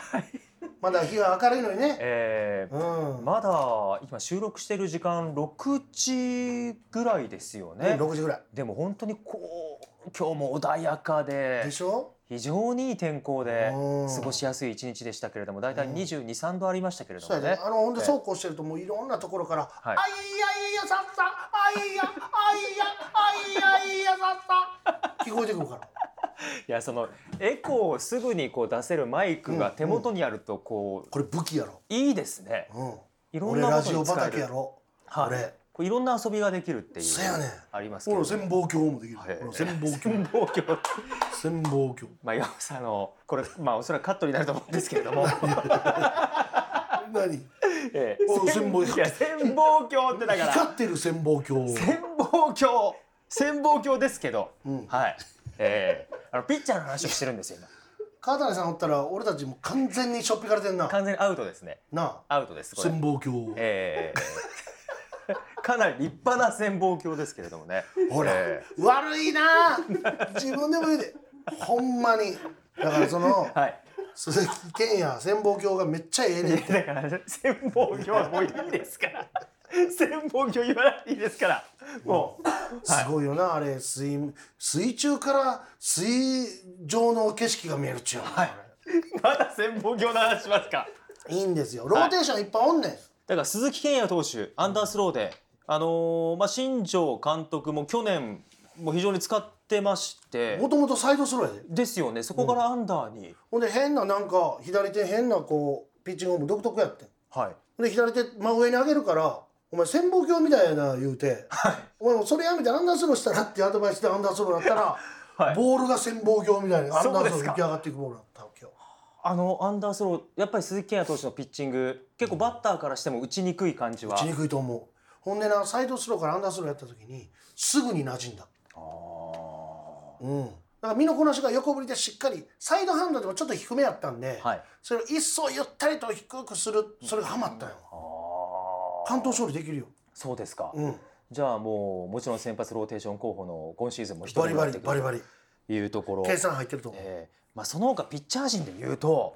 S1: まだ日は明るいのにね
S2: えー
S1: うん
S2: まだ今収録してる時間6時ぐらいですよね、
S1: 6時ぐらい
S2: でも本当にこう今日も穏やかで
S1: でしょ
S2: 非常にいい天候で
S1: うん
S2: 過ごしやすい一日でしたけれども大体
S1: うん
S2: 22、3度ありましたけれど
S1: そう
S2: も
S1: や
S2: ね
S1: ね。あのほんで
S2: ええ
S1: そうこうしてるともういろんなところから「
S2: は い
S1: あいやいやさっさあいやあいやあいやいやさっ さ」聞こえてくるから
S2: いやそのエコーをすぐにこう出せるマイクが手元にあるとこう
S1: これ武器やろ、
S2: いいですね。
S1: うん、
S2: いろん
S1: 俺
S2: な
S1: ラ
S2: こ
S1: ジ
S2: と
S1: オ
S2: に使え
S1: 畑や
S2: る。
S1: ろ
S2: はい
S1: 俺
S2: こういろんな遊びができるっていう。
S1: そやねん
S2: ありますけれ
S1: 俺
S2: ど。
S1: 潜望鏡もできる、
S2: はい
S1: 俺潜望 鏡
S2: 潜望鏡。
S1: 潜望鏡
S2: まあ岩尾さんあのこれまあおそらくカットになると思うんですけれ ども。
S1: 何
S2: え
S1: お
S2: え
S1: 潜望
S2: いや潜望鏡ってだから
S1: 光ってる潜望鏡
S2: 潜望鏡潜望鏡ですけど。
S1: うん
S2: はい。ええあのピッチャーの話をしてるんですよ。今
S1: 川谷さんおったら俺たちもう完全にしょっぴかれてんな
S2: 完全にアウトですね。
S1: なあ
S2: アウトです。これ
S1: 潜望鏡
S2: えー、かなり立派な潜望鏡ですけれどもね。
S1: ほら、
S2: え
S1: 悪いなあ自分でも言うでほんまにだからその
S2: ーはい。
S1: 鈴木健也潜望鏡がめっちゃええ ねん
S2: だから潜望鏡はもういいですから。潜望鏡言わなくていいですから。もう。
S1: すごいよなあれ水水中から水上の景色が見えるっちゅうの、
S2: まだ潜望鏡の話しますか。
S1: い、いんですよローテーションいっぱいおんねん、
S2: だから鈴木健也投手、アンダースローで、あのーまあ新庄監督も去年も非常に使ってまして
S1: も、ともとサイドスローやで
S2: ですよね。そこからアンダーに、
S1: ほんで変ななんか左手変なこうピッチングも独特やってん
S2: はい。
S1: で左手真上に上げるから「お前潜望鏡みたいやな」言うて「お前もうそれやめてアンダースローしたら」っていうアドバイスでアンダースローだったら、
S2: はい
S1: ボールが潜望鏡みたいにアンダ
S2: そう
S1: ー
S2: で
S1: スロー
S2: す
S1: 浮
S2: か
S1: き上がっていくボールだったわけよ。
S2: あのアンダースローやっぱり鈴木健也投手のピッチング結構バッターからしても打ちにくい感じは
S1: 打ちにくいと思うほんでなサイドスローからアンダースローやった時にすぐに馴染んだ
S2: あー
S1: うんだから身のこなしが横振りでしっかりサイドハンドでもちょっと低めやったんで、
S2: はい。
S1: それを一層ゆったりと低くするそれがハマったよ
S2: あ
S1: 関東
S2: ー
S1: 勝利できるよ、
S2: そうですか。
S1: うん、
S2: じゃあもうもちろん先発ローテーション候補の今シーズンも一人
S1: バリバ
S2: になっ
S1: リ
S2: てく
S1: バリ
S2: る
S1: バリ
S2: というところ。
S1: 計算入ってると思う、
S2: ええまあその他ピッチャー陣で言うと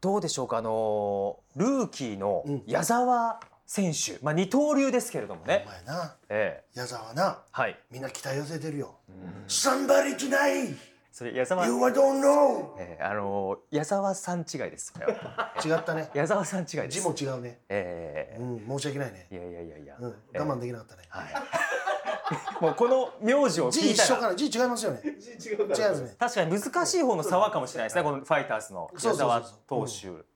S2: どうでしょうかあのルーキーの
S1: うん
S2: 矢沢選手、まあ二刀流ですけれども
S1: お
S2: ね。
S1: 前な
S2: ええ
S1: 矢沢な
S2: はい。
S1: みんな期待寄せてるよ
S2: うん
S1: 「Somebody tonight!
S2: それ矢
S1: You
S2: 沢、え
S1: I don't know!」
S2: えあの矢沢さん違いです。そ れは
S1: 違ったね
S2: 矢沢さん違いで
S1: 字
S2: す。
S1: も違うね
S2: ええ
S1: うん申し訳ないね
S2: いやいやいやいや。
S1: うん
S2: ええ
S1: 我慢できなかったね
S2: はい。 もうこの名字を
S1: 字
S2: 聞い
S1: 一
S2: た
S1: 緒
S2: ら
S1: か。な字違いますよ ね
S5: 違う
S1: 違いますね
S2: 確かに難しい方の差はかもしれないですね、このファイターズの
S1: そうそ
S2: 矢
S1: うそう
S2: 沢
S1: そう
S2: 投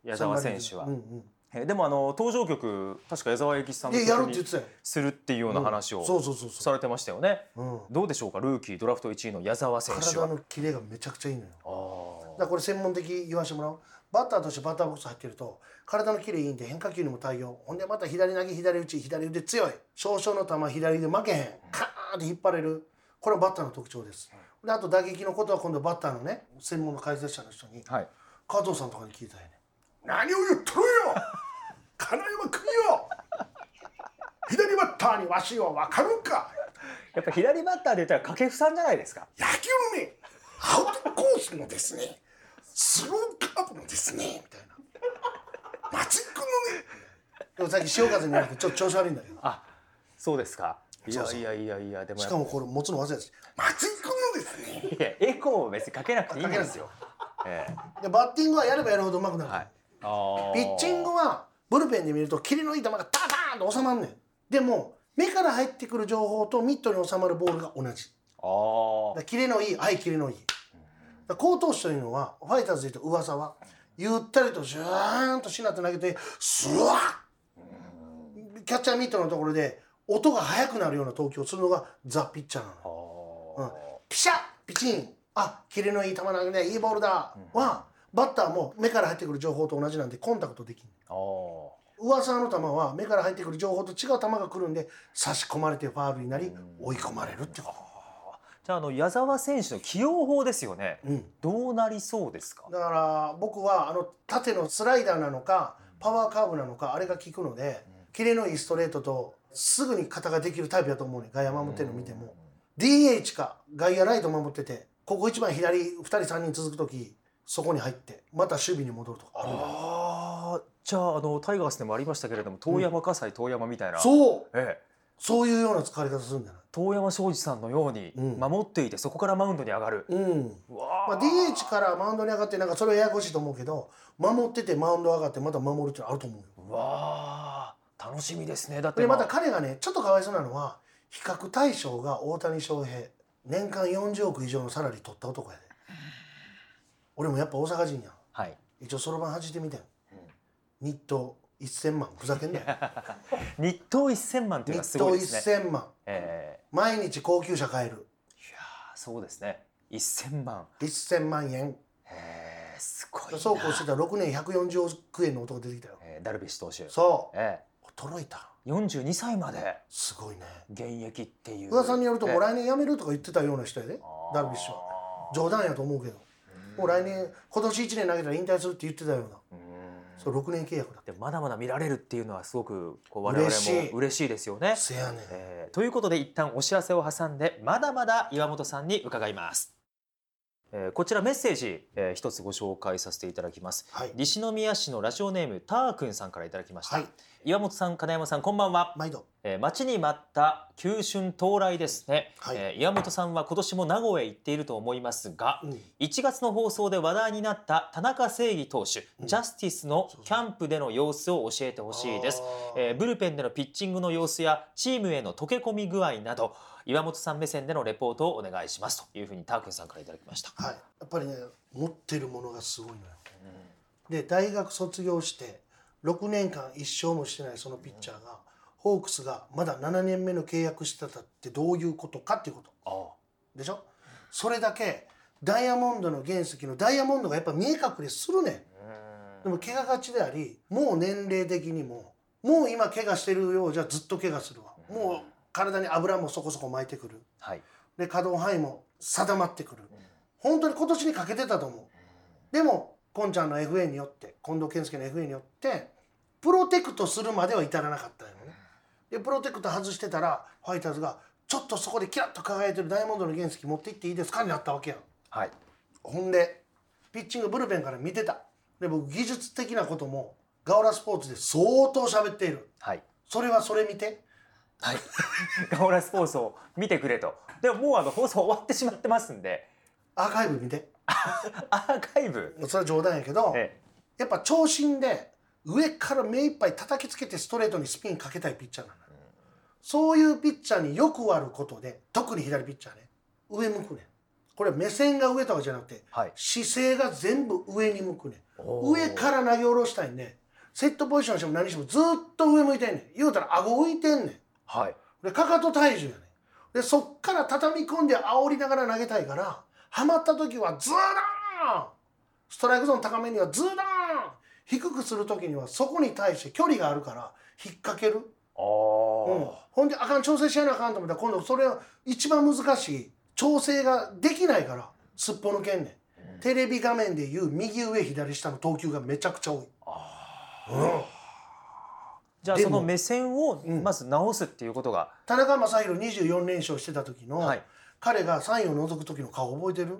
S2: 手、矢沢選手は
S1: う。んうん
S2: えでもあの登場曲、確か矢沢永吉さんの
S1: でやるっ
S2: 曲
S1: て言
S2: に
S1: ってたよ
S2: するっていうような話
S1: うんそ
S2: を
S1: うそうそうそ
S2: されてましたよね。
S1: う、うん、
S2: どうでしょうか、ルーキードラフト1位の矢沢選手
S1: 体
S2: は。
S1: のキレがめちゃくちゃいいのよだか
S2: あ
S1: らこれ専門的言わしてもらおうバッターとしてバッターボックス入ってると体のキレいいんで変化球にも対応ほんでまた左投げ左打ち左腕強い少々の球左で負けへんカーンって引っ張れるこれはバッターの特徴ですであと打撃のことは今度バッターのね専門の解説者の人に
S2: あ。はい。
S1: 加藤さんとかに聞いたよね何を言っとるよ 金山君よ左バッターにわしは分かるんか
S2: やっぱ左バッターで言ったら掛布さんじゃないですか。
S5: 野球のね、アウトコースのですね、スローカーブのですね、
S1: みたいな
S5: マジックのね、
S1: でもさっき潮風になってちょ っと調子悪いんだけど
S2: あ、そうですか。い
S1: そう
S2: や
S1: そう
S2: いやいやいやでも
S1: し
S2: やっ
S1: か
S2: ぱ
S1: もこれ持つの忘れたし
S5: マジックのですね、
S2: いやエコーを別にかけなくていいんですよ。ええ
S1: でバッティングはやればやるほどうまくなる、
S2: はい。あー
S1: ピッチングはブルペンで見るとキレのいい球がタターンと収まんねんでも目から入ってくる情報とミットに収まるボールが同じだ
S2: あ
S1: からキレのいいはいキレのいいだから好投手というのはファイターズで言うと噂はゆったりとジューンとしなって投げてスワッキャッチャーミットのところで音が速くなるような投球をするのがザ・ピッチャーなのよ
S2: あ。
S1: うん
S2: ああ。
S1: ピシャッピチンあキレのいい球投げねいいボールだ、はバッターも目から入ってくる情報と同じなんでコンタクトできん
S2: ああ。
S1: 噂の球は目から入ってくる情報と違う球が来るんで差し込まれてファールになり追い込まれるってこ
S2: じゃああの矢沢選手の起用法ですよね。
S1: と、うん、
S2: どうなりそうですか。
S1: だから僕はあの縦のスライダーなのかパワーカーブなのかあれが効くのでキレのいいストレートとすぐに肩ができるタイプやと思うねん外野守ってるの見ても DH か外野ライト守っててここ一番左2人3人続く時そこに入ってまた守備に戻るとかあるんだよ
S2: ああ。じゃああのタイガースでもありましたけれども遠山葛西遠山みたいな。う。
S1: そう
S2: ええ。
S1: そういうような使われ方するんだな
S2: 遠山庄司さんのように
S1: うん
S2: 守っていてそこからマウンドに上がる。
S1: うん
S2: うわ
S1: まあ、DH からマウンドに上がってなんかそれはややこしいと思うけど守っててマウンド上がってまた守るってのあると思うよ
S2: うわあ。楽しみですね。だって
S1: でまた
S2: あ
S1: 彼がねちょっとかわいそうなのは比較対象が大谷翔平年間40億以上のサラリー取った男やで俺もやっぱ大阪人やん
S2: はい。
S1: 一応そろばん弾いてみてん、日当1000万ふざけんなよ
S2: 日当1000万っていうのは
S1: 日
S2: すご
S1: 当
S2: いですね。
S1: 1000万
S2: ええ
S1: 毎日高級車買える
S2: いやーそうですね。1000万。
S1: 1000万円
S2: ええすごいな。
S1: そうこうしてたら6年140億円の男出てきたよ
S2: えーダルビッシュ投手。
S1: そ
S2: ええ
S1: う衰えた
S2: 42歳まです
S1: ごいね
S2: 現役っていう
S1: 噂によるともう
S2: ら
S1: 来年辞めるとか言ってたような人やでダルビッシュは
S2: は
S1: 冗談やと思うけどもう来年今年1年投げたら引退するって言ってたようなそう6年契約だ
S2: でもまだまだ見られるっていうのはすごくこう我々
S1: 嬉しい
S2: も嬉しいですよね。
S1: せやねん
S2: えーということで一旦お知らせを挟んでまだまだ岩本さんに伺います。えーこちらメッセージ、えー一つご紹介させていただきます。
S1: はい
S2: 西宮市のラジオネームターくんさんからいただきました。
S1: はい
S2: 岩本さん金山さんこんばんは。
S1: 毎度
S2: えー待ちに待った旧春到来ですね、
S1: はい
S2: えー岩本さんは今年も名古屋へ行っていると思いますが、
S1: うん
S2: 1月の放送で話題になった田中正義投手、
S1: うん
S2: ジャスティスの
S1: そうそう
S2: キャンプでの様子を教えてほしいです、えーブルペンでのピッチングの様子やチームへの溶け込み具合など岩本さん目線でのレポートをお願いしますというふうにタークンさんからいただきました、
S1: はいやっぱりね持ってるものがすごいのよで大学卒業して6年間一勝もしてないそのピッチャーがホークスがまだ7年目の契約してたってどういうことかっていうこと
S2: ああ
S1: でしょそれだけダイヤモンドの原石のダイヤモンドがやっぱ見え隠れするねんでも怪我がちでありもう年齢的にももう今怪我してるようじゃずっと怪我するわもう体に油もそこそこ巻いてくる
S2: はい
S1: で可動範囲も定まってくる本当に今年にかけてたと思うでもこんちゃんの FA によって近藤健介の FA によってプロテクトするまでは至らなかったよねでプロテクト外してたらファイターズがちょっとそこでキラッと輝いてるダイヤモンドの原石持って行っていいですかになったわけやん
S2: はい。
S1: ほんでピッチングブルペンから見てたで僕技術的なこともガオラスポーツで相当喋っている
S2: はい。
S1: それはそれ見て
S2: はい。 ガオラスポーツを見てくれと。でももうあの放送終わってしまってますんで、
S1: アーカイブ見て
S2: アーカイブ。
S1: それは冗談やけど、
S2: ええ
S1: やっぱ長身で上から目いっぱい叩きつけてストレートにスピンかけたいピッチャーなのよ、そういうピッチャーによくあることで特に左ピッチャーね上向くねんこれ目線が上とかじゃなくて
S2: はい。
S1: 姿勢が全部上に向くねん上から投げ下ろしたいんでセットポジションしても何してもずっと上向いてんねん言うたら顎浮いてんねん
S2: ら。はい。
S1: でかかと体重やねんでそっから畳み込んで煽りながら投げたいからはまった時はズダーンストライクゾーン高めにはズダーン低くする時にはそこに対して距離があるから引っ掛ける、う
S2: あ
S1: ん
S2: あ。、
S1: ほんであかん調整しやなあかんと思ったら今度それは一番難しい調整ができないからすっぽ抜けんねん、テレビ画面でいう右上左下の投球がめちゃくちゃ多いうん
S2: じゃあ
S1: で
S2: そ
S1: も
S2: の目線を
S1: うん
S2: まず直すっていうことが、
S1: 田中将大24連勝してた時の、
S2: はい
S1: 彼がサインを覗く時の顔覚えてる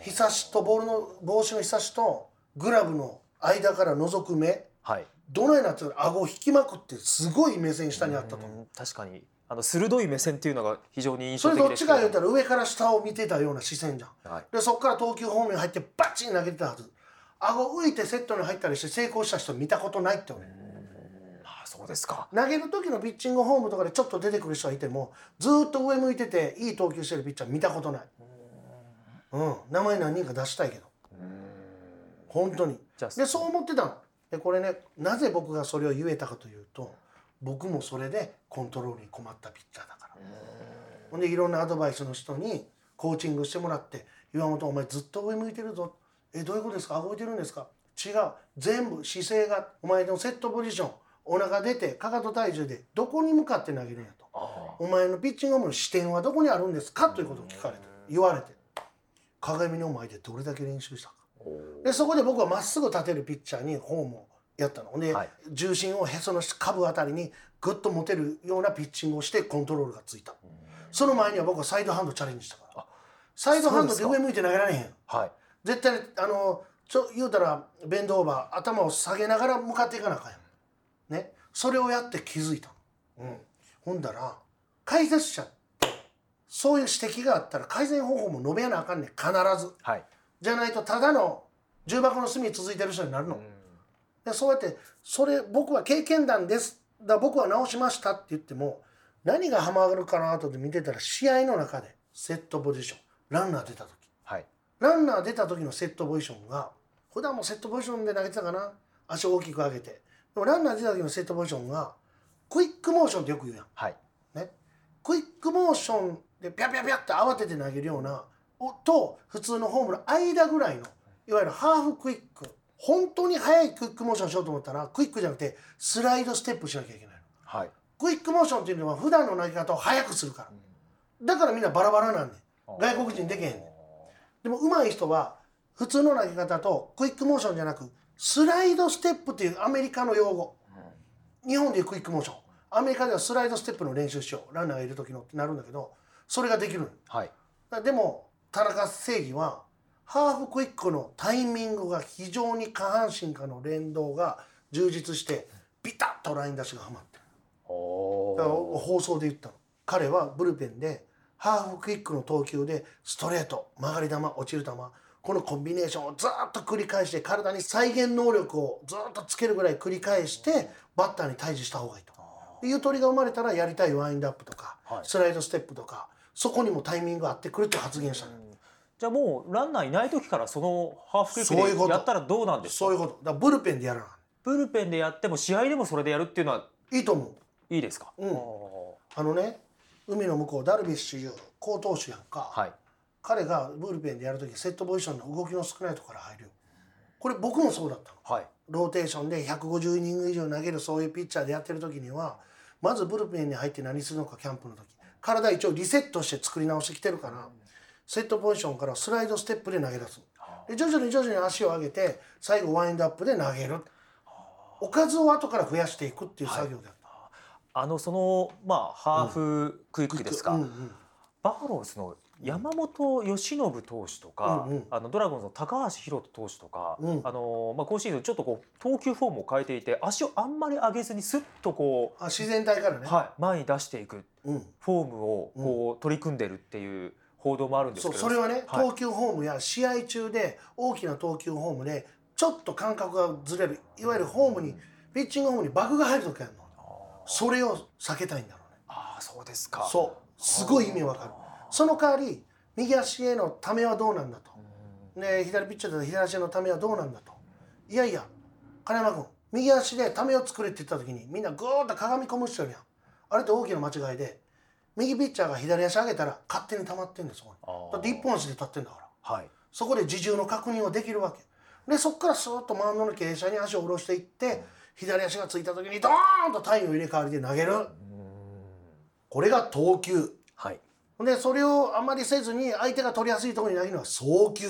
S1: ひさしとボールの帽子のひさしとグラブの間から覗く目
S2: はい。
S1: どのようなやつ顎を引きまくってすごい目線下にあったと思う
S2: うん確かにあの鋭い目線っていうのが非常に印
S1: それ
S2: 象的
S1: どっ
S2: です
S1: ち
S2: けど
S1: か言うたら上から下を見てたような視線じゃん
S2: はい。
S1: でそこから投球方面入ってバチン投げてたはず顎浮いてセットに入ったりして成功した人見たことないって俺
S2: ああそうですか。
S1: 投げる時のピッチングフォームとかでちょっと出てくる人がいてもずーっと上向いてていい投球してるピッチャー見たことない、うん、名前何人か出したいけど本当に
S2: じゃあ
S1: でそう思ってたのでこれねなぜ僕がそれを言えたかというと僕もそれでコントロールに困ったピッチャーだからほんでいろんなアドバイスの人にコーチングしてもらって「岩本お前ずっと上向いてるぞ」え「どういうことですか動いてるんですか?」違う全部姿勢がお前のセットポジションお腹出てかかと体重でどこに向かって投げるんやとお前のピッチングホームの視点はどこにあるんですかということを聞かれて言われて鏡の前でどれだけ練習したかでそこで僕はまっすぐ立てるピッチャーにフォームをやったので、
S2: はい
S1: 重心をへその下部あたりにグッと持てるようなピッチングをしてコントロールがついたその前には僕はサイドハンドチャレンジしたからサイドハンドで上向いて投げられへん
S2: はい。
S1: 絶対にあのちょ言うたらベンドオーバー頭を下げながら向かっていかなあかんやんねそれをやって気づいたの、うん、ほんだら解説者ってそういう指摘があったら改善方法も述べやなあかんねん必ず
S2: はい。
S1: じゃないとただの重箱の隅に続いてる人になるの、でそうやって「それ僕は経験談です」だ僕は直しましたって言っても何がハマるかなとで見てたら試合の中でセットポジションランナー出た時
S2: はい。
S1: ランナー出た時のセットポジションが普段もセットポジションで投げてたかな足を大きく上げてでもランナー出た時のセットポジションがクイックモーションってよく言うやん
S2: はい。
S1: ね、クイックモーションでピャピャピャって慌てて投げるようなおと普通のホームの間ぐらいのいわゆるハーフクイック本当に速いクイックモーションしようと思ったらクイックじゃなくてスライドステップしなきゃいけないの
S2: はい。
S1: クイックモーションっていうのは普段の投げ方を速くするからだからみんなバラバラなんで外国人でけへんねんでも上手い人は普通の投げ方とクイックモーションじゃなくスライドステップっていうアメリカの用語、日本でいうクイックモーションアメリカではスライドステップの練習しようランナーがいる時のってなるんだけどそれができるの
S2: はい。
S1: だでも田中正義はハーフクイックのタイミングが非常に下半身からの連動が充実してビタッとライン出しがはまってる
S2: お
S1: だから
S2: お。
S1: 放送で言ったの彼はブルペンでハーフクイックの投球でストレート曲がり球落ちる球このコンビネーションをずーっと繰り返して体に再現能力をずーっとつけるぐらい繰り返してバッターに対峙した方がいいとでゆとりが生まれたらやりたいワインドアップとか、
S2: はい
S1: スライドステップとかそこにもタイミングが合ってくるって発言したのよ、
S2: じゃあもうランナーいない時からそのハーフクイ
S1: そういう
S2: ッ
S1: こ
S2: クで
S1: と
S2: やったらどうなんですか。
S1: そういうことだからブルペンでやらな
S2: ブルペンでやっても試合でもそれでやるっていうのはい
S1: いと思
S2: いいですか。
S1: う、うん、
S2: お
S1: あのね海の向こうダルビッシュ有好投手やんか、
S2: ーはい。
S1: 彼がブルペンでやるときセットポジションの動きの少ないところから入るよこれ僕もそうだったの
S2: はい。
S1: ローテーションで150イニング以上投げるそういうピッチャーでやってる時にはまずブルペンに入って何するのかキャンプの時体一応リセットして作り直してきてるからセットポジションからスライドステップで投げ出すで徐々に徐々に足を上げて最後ワインドアップで投げるおかずを後から増やしていくっていう作業だった、
S2: あのそのまあハーフクイックですか、
S1: うんうん
S2: バファローズの山本由伸投手とか、
S1: うんうん
S2: あのドラゴンズの高橋宏斗投手とか、
S1: うん
S2: あのまあ今シーズンちょっとこう投球フォームを変えていて足をあんまり上げずにスッとこう、
S1: あ自然体からね、
S2: はい前に出していく
S1: うん、
S2: フォームをこう、取り組んでるっていう報道もあるんです
S1: そ
S2: け
S1: う
S2: ど、
S1: それはね、
S2: はい
S1: 投球フォームや試合中で大きな投球フォームでちょっと感覚がずれるいわゆるホームにピッチングフォームにバグが入る時あるのそれを避けたいんだろうね
S2: ああそうですか。
S1: そうすごい意味わかるその代わり右足へのためはどうなんだとで左ピッチャーだと左足へのためはどうなんだといやいや金山君右足でためを作れって言った時にみんなぐーっと鏡込む人やんあれって大きな間違いで右ピッチャーが左足上げたら勝手に溜まってんですそこに
S2: あー
S1: だって一本足で立ってんだから
S2: はい。
S1: そこで自重の確認をできるわけでそこからスーッとマウンドの傾斜に足を下ろしていって、左足がついた時にドーンと体位を入れ替わりで投げる、これが投球
S2: はい。
S1: でそれをあまりせずに相手が取りやすいところに投げるのは送球、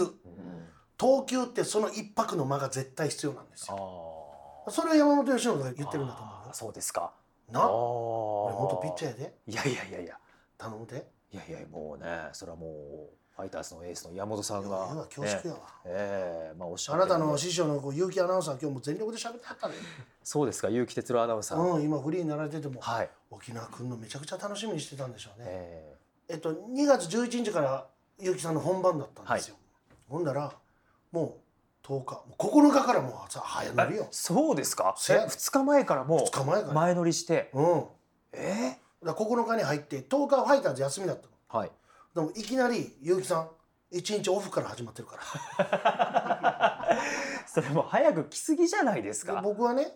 S1: 投球ってその一拍の間が絶対必要なんです
S2: あ
S1: よ
S2: あ
S1: それを山本由伸が言ってるんだと思う
S2: あ
S1: よ
S2: ーそうですか。
S1: な俺
S2: 俺
S1: 元ピッチャーやで
S2: いやいやいやいや
S1: 頼むで
S2: いやいやもうねそれはもうファイターズのエースの山本さん
S1: 要
S2: が、
S1: は恐縮
S2: ね
S1: やわ、
S2: ええまあおっしゃ
S1: あ
S2: って
S1: な
S2: る
S1: たの師匠のこう結城アナウンサーは今日も全力で喋ってはったで、
S2: そうですか結城哲郎アナウンサー、
S1: うん、今フリーになられてても、
S2: はい、
S1: 沖縄くんのめちゃくちゃ楽しみにしてたんでしょうね、
S2: え
S1: えっと、2月11日から結城さんの本番だったんですよ、ほんだらもう10日もう9日からもうさ早
S2: え
S1: 乗りよ
S2: そうですか
S1: せ
S2: え二日前からも
S1: 2日前か
S2: う
S1: ら
S2: 前乗りして
S1: うん
S2: え
S1: だから9日に入って10日はファイターズ休みだった
S2: えはい
S1: のでもいきなり結城さん1日オフから始まってるから
S2: それもう早く来すぎじゃないです
S1: で
S2: か
S1: 僕はね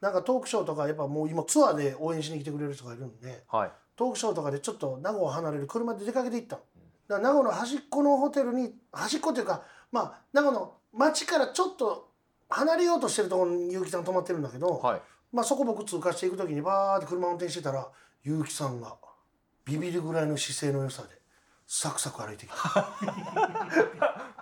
S1: なんかトークショーとかやっぱもう今ツアーで応援しに来てくれる人がいるんで
S2: はい
S1: トークショーとかでちょっと名護を離れる車で出かけて行ったのだから名護の端っこのホテルに端っこというかまあ名護の町からちょっと離れようとしてるところに結城さん泊まってるんだけど、
S2: はい
S1: まあ、そこ僕通過していく時にバーって車運転してたら結城さんがビビるぐらいの姿勢の良さでサクサク歩いてきた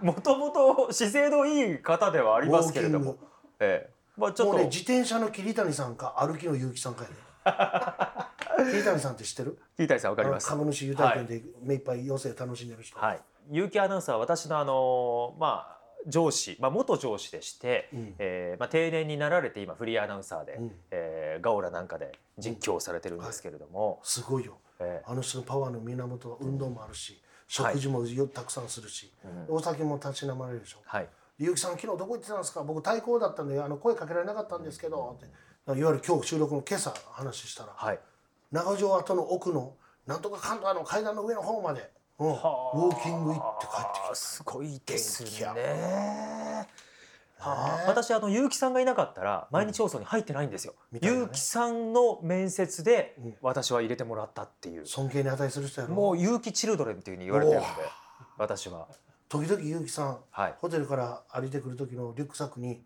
S2: もともと姿勢のいい方ではありますけれど
S1: ウォー
S2: も
S1: キング
S2: ええまあちょっ
S1: も
S2: と
S1: うね自転車の桐谷さんか歩きの結城さんかや で桐谷さんって知ってる
S2: 桐谷さんわかります
S1: あの株主優待券で目いっぱい余生楽しんでる人、
S2: はい、結城アナウンサーは私のあのまあ上司、まあ、元上司でして、
S1: うん
S2: えーまあ、定年になられて今フリーアナウンサーで、
S1: うん
S2: えーガオラなんかで実況をされてるんですけれども、
S1: すごいよ
S2: え
S1: あの人のパワーの源は運動もあるし、食事もよたくさんするし、お酒もたしなまれるでしょ
S2: ーはい、
S1: 結城さん昨日どこ行ってたんですか僕対抗だったんであの声かけられなかったんですけど」っていわゆる今日収録の今朝話したら、
S2: はい、
S1: 長城跡の奥のなんとか関東の階段の上の方まで、うんウォーキング行って帰って
S2: あーすごいです
S1: 元気や
S2: ね。はあ
S1: ね
S2: 私あの結城さんがいなかったら毎日放送に入ってないんですよ。
S1: みたいなね
S2: 結城さんの面接で
S1: うん
S2: 私は入れてもらったっていう
S1: き、た尊敬に値する人やろ
S2: もう結城チルドレンっていうふうに言われてるんで私は
S1: 時々結城さん、
S2: はい
S1: ホテルから歩いてくる時のリュックサックに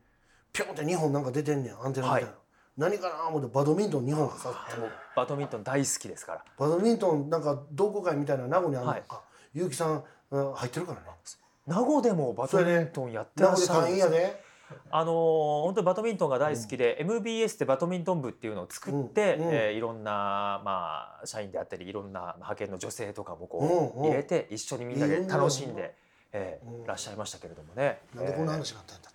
S1: ピョンって2本なんか出てんねんアンテナみたいな、
S2: はい
S1: 何かな思ってバドミントン2本刺さって
S2: もうバドミントン大好きですから。
S1: バドミントンなんか同好会みたいな名護にあるの
S2: はい
S1: か結城、さん、うん入ってるからね
S2: 名護でもバドミントンやって
S1: 名
S2: らっ
S1: 護で
S2: しゃる
S1: 会
S2: ん
S1: 員
S2: です
S1: や
S2: ね
S1: で
S2: あのー本当にバドミントンが大好きで、MBS でバドミントン部っていうのを作って、
S1: うんうん
S2: えーいろんな、まあ、社員であったりいろんな派遣の女性とかもこう、
S1: うんうん
S2: 入れて一緒にみんなで楽しんで、えー
S1: うん
S2: いらっしゃいましたけれどもね。
S1: なんでこんな
S2: えー
S1: 話になったんだ、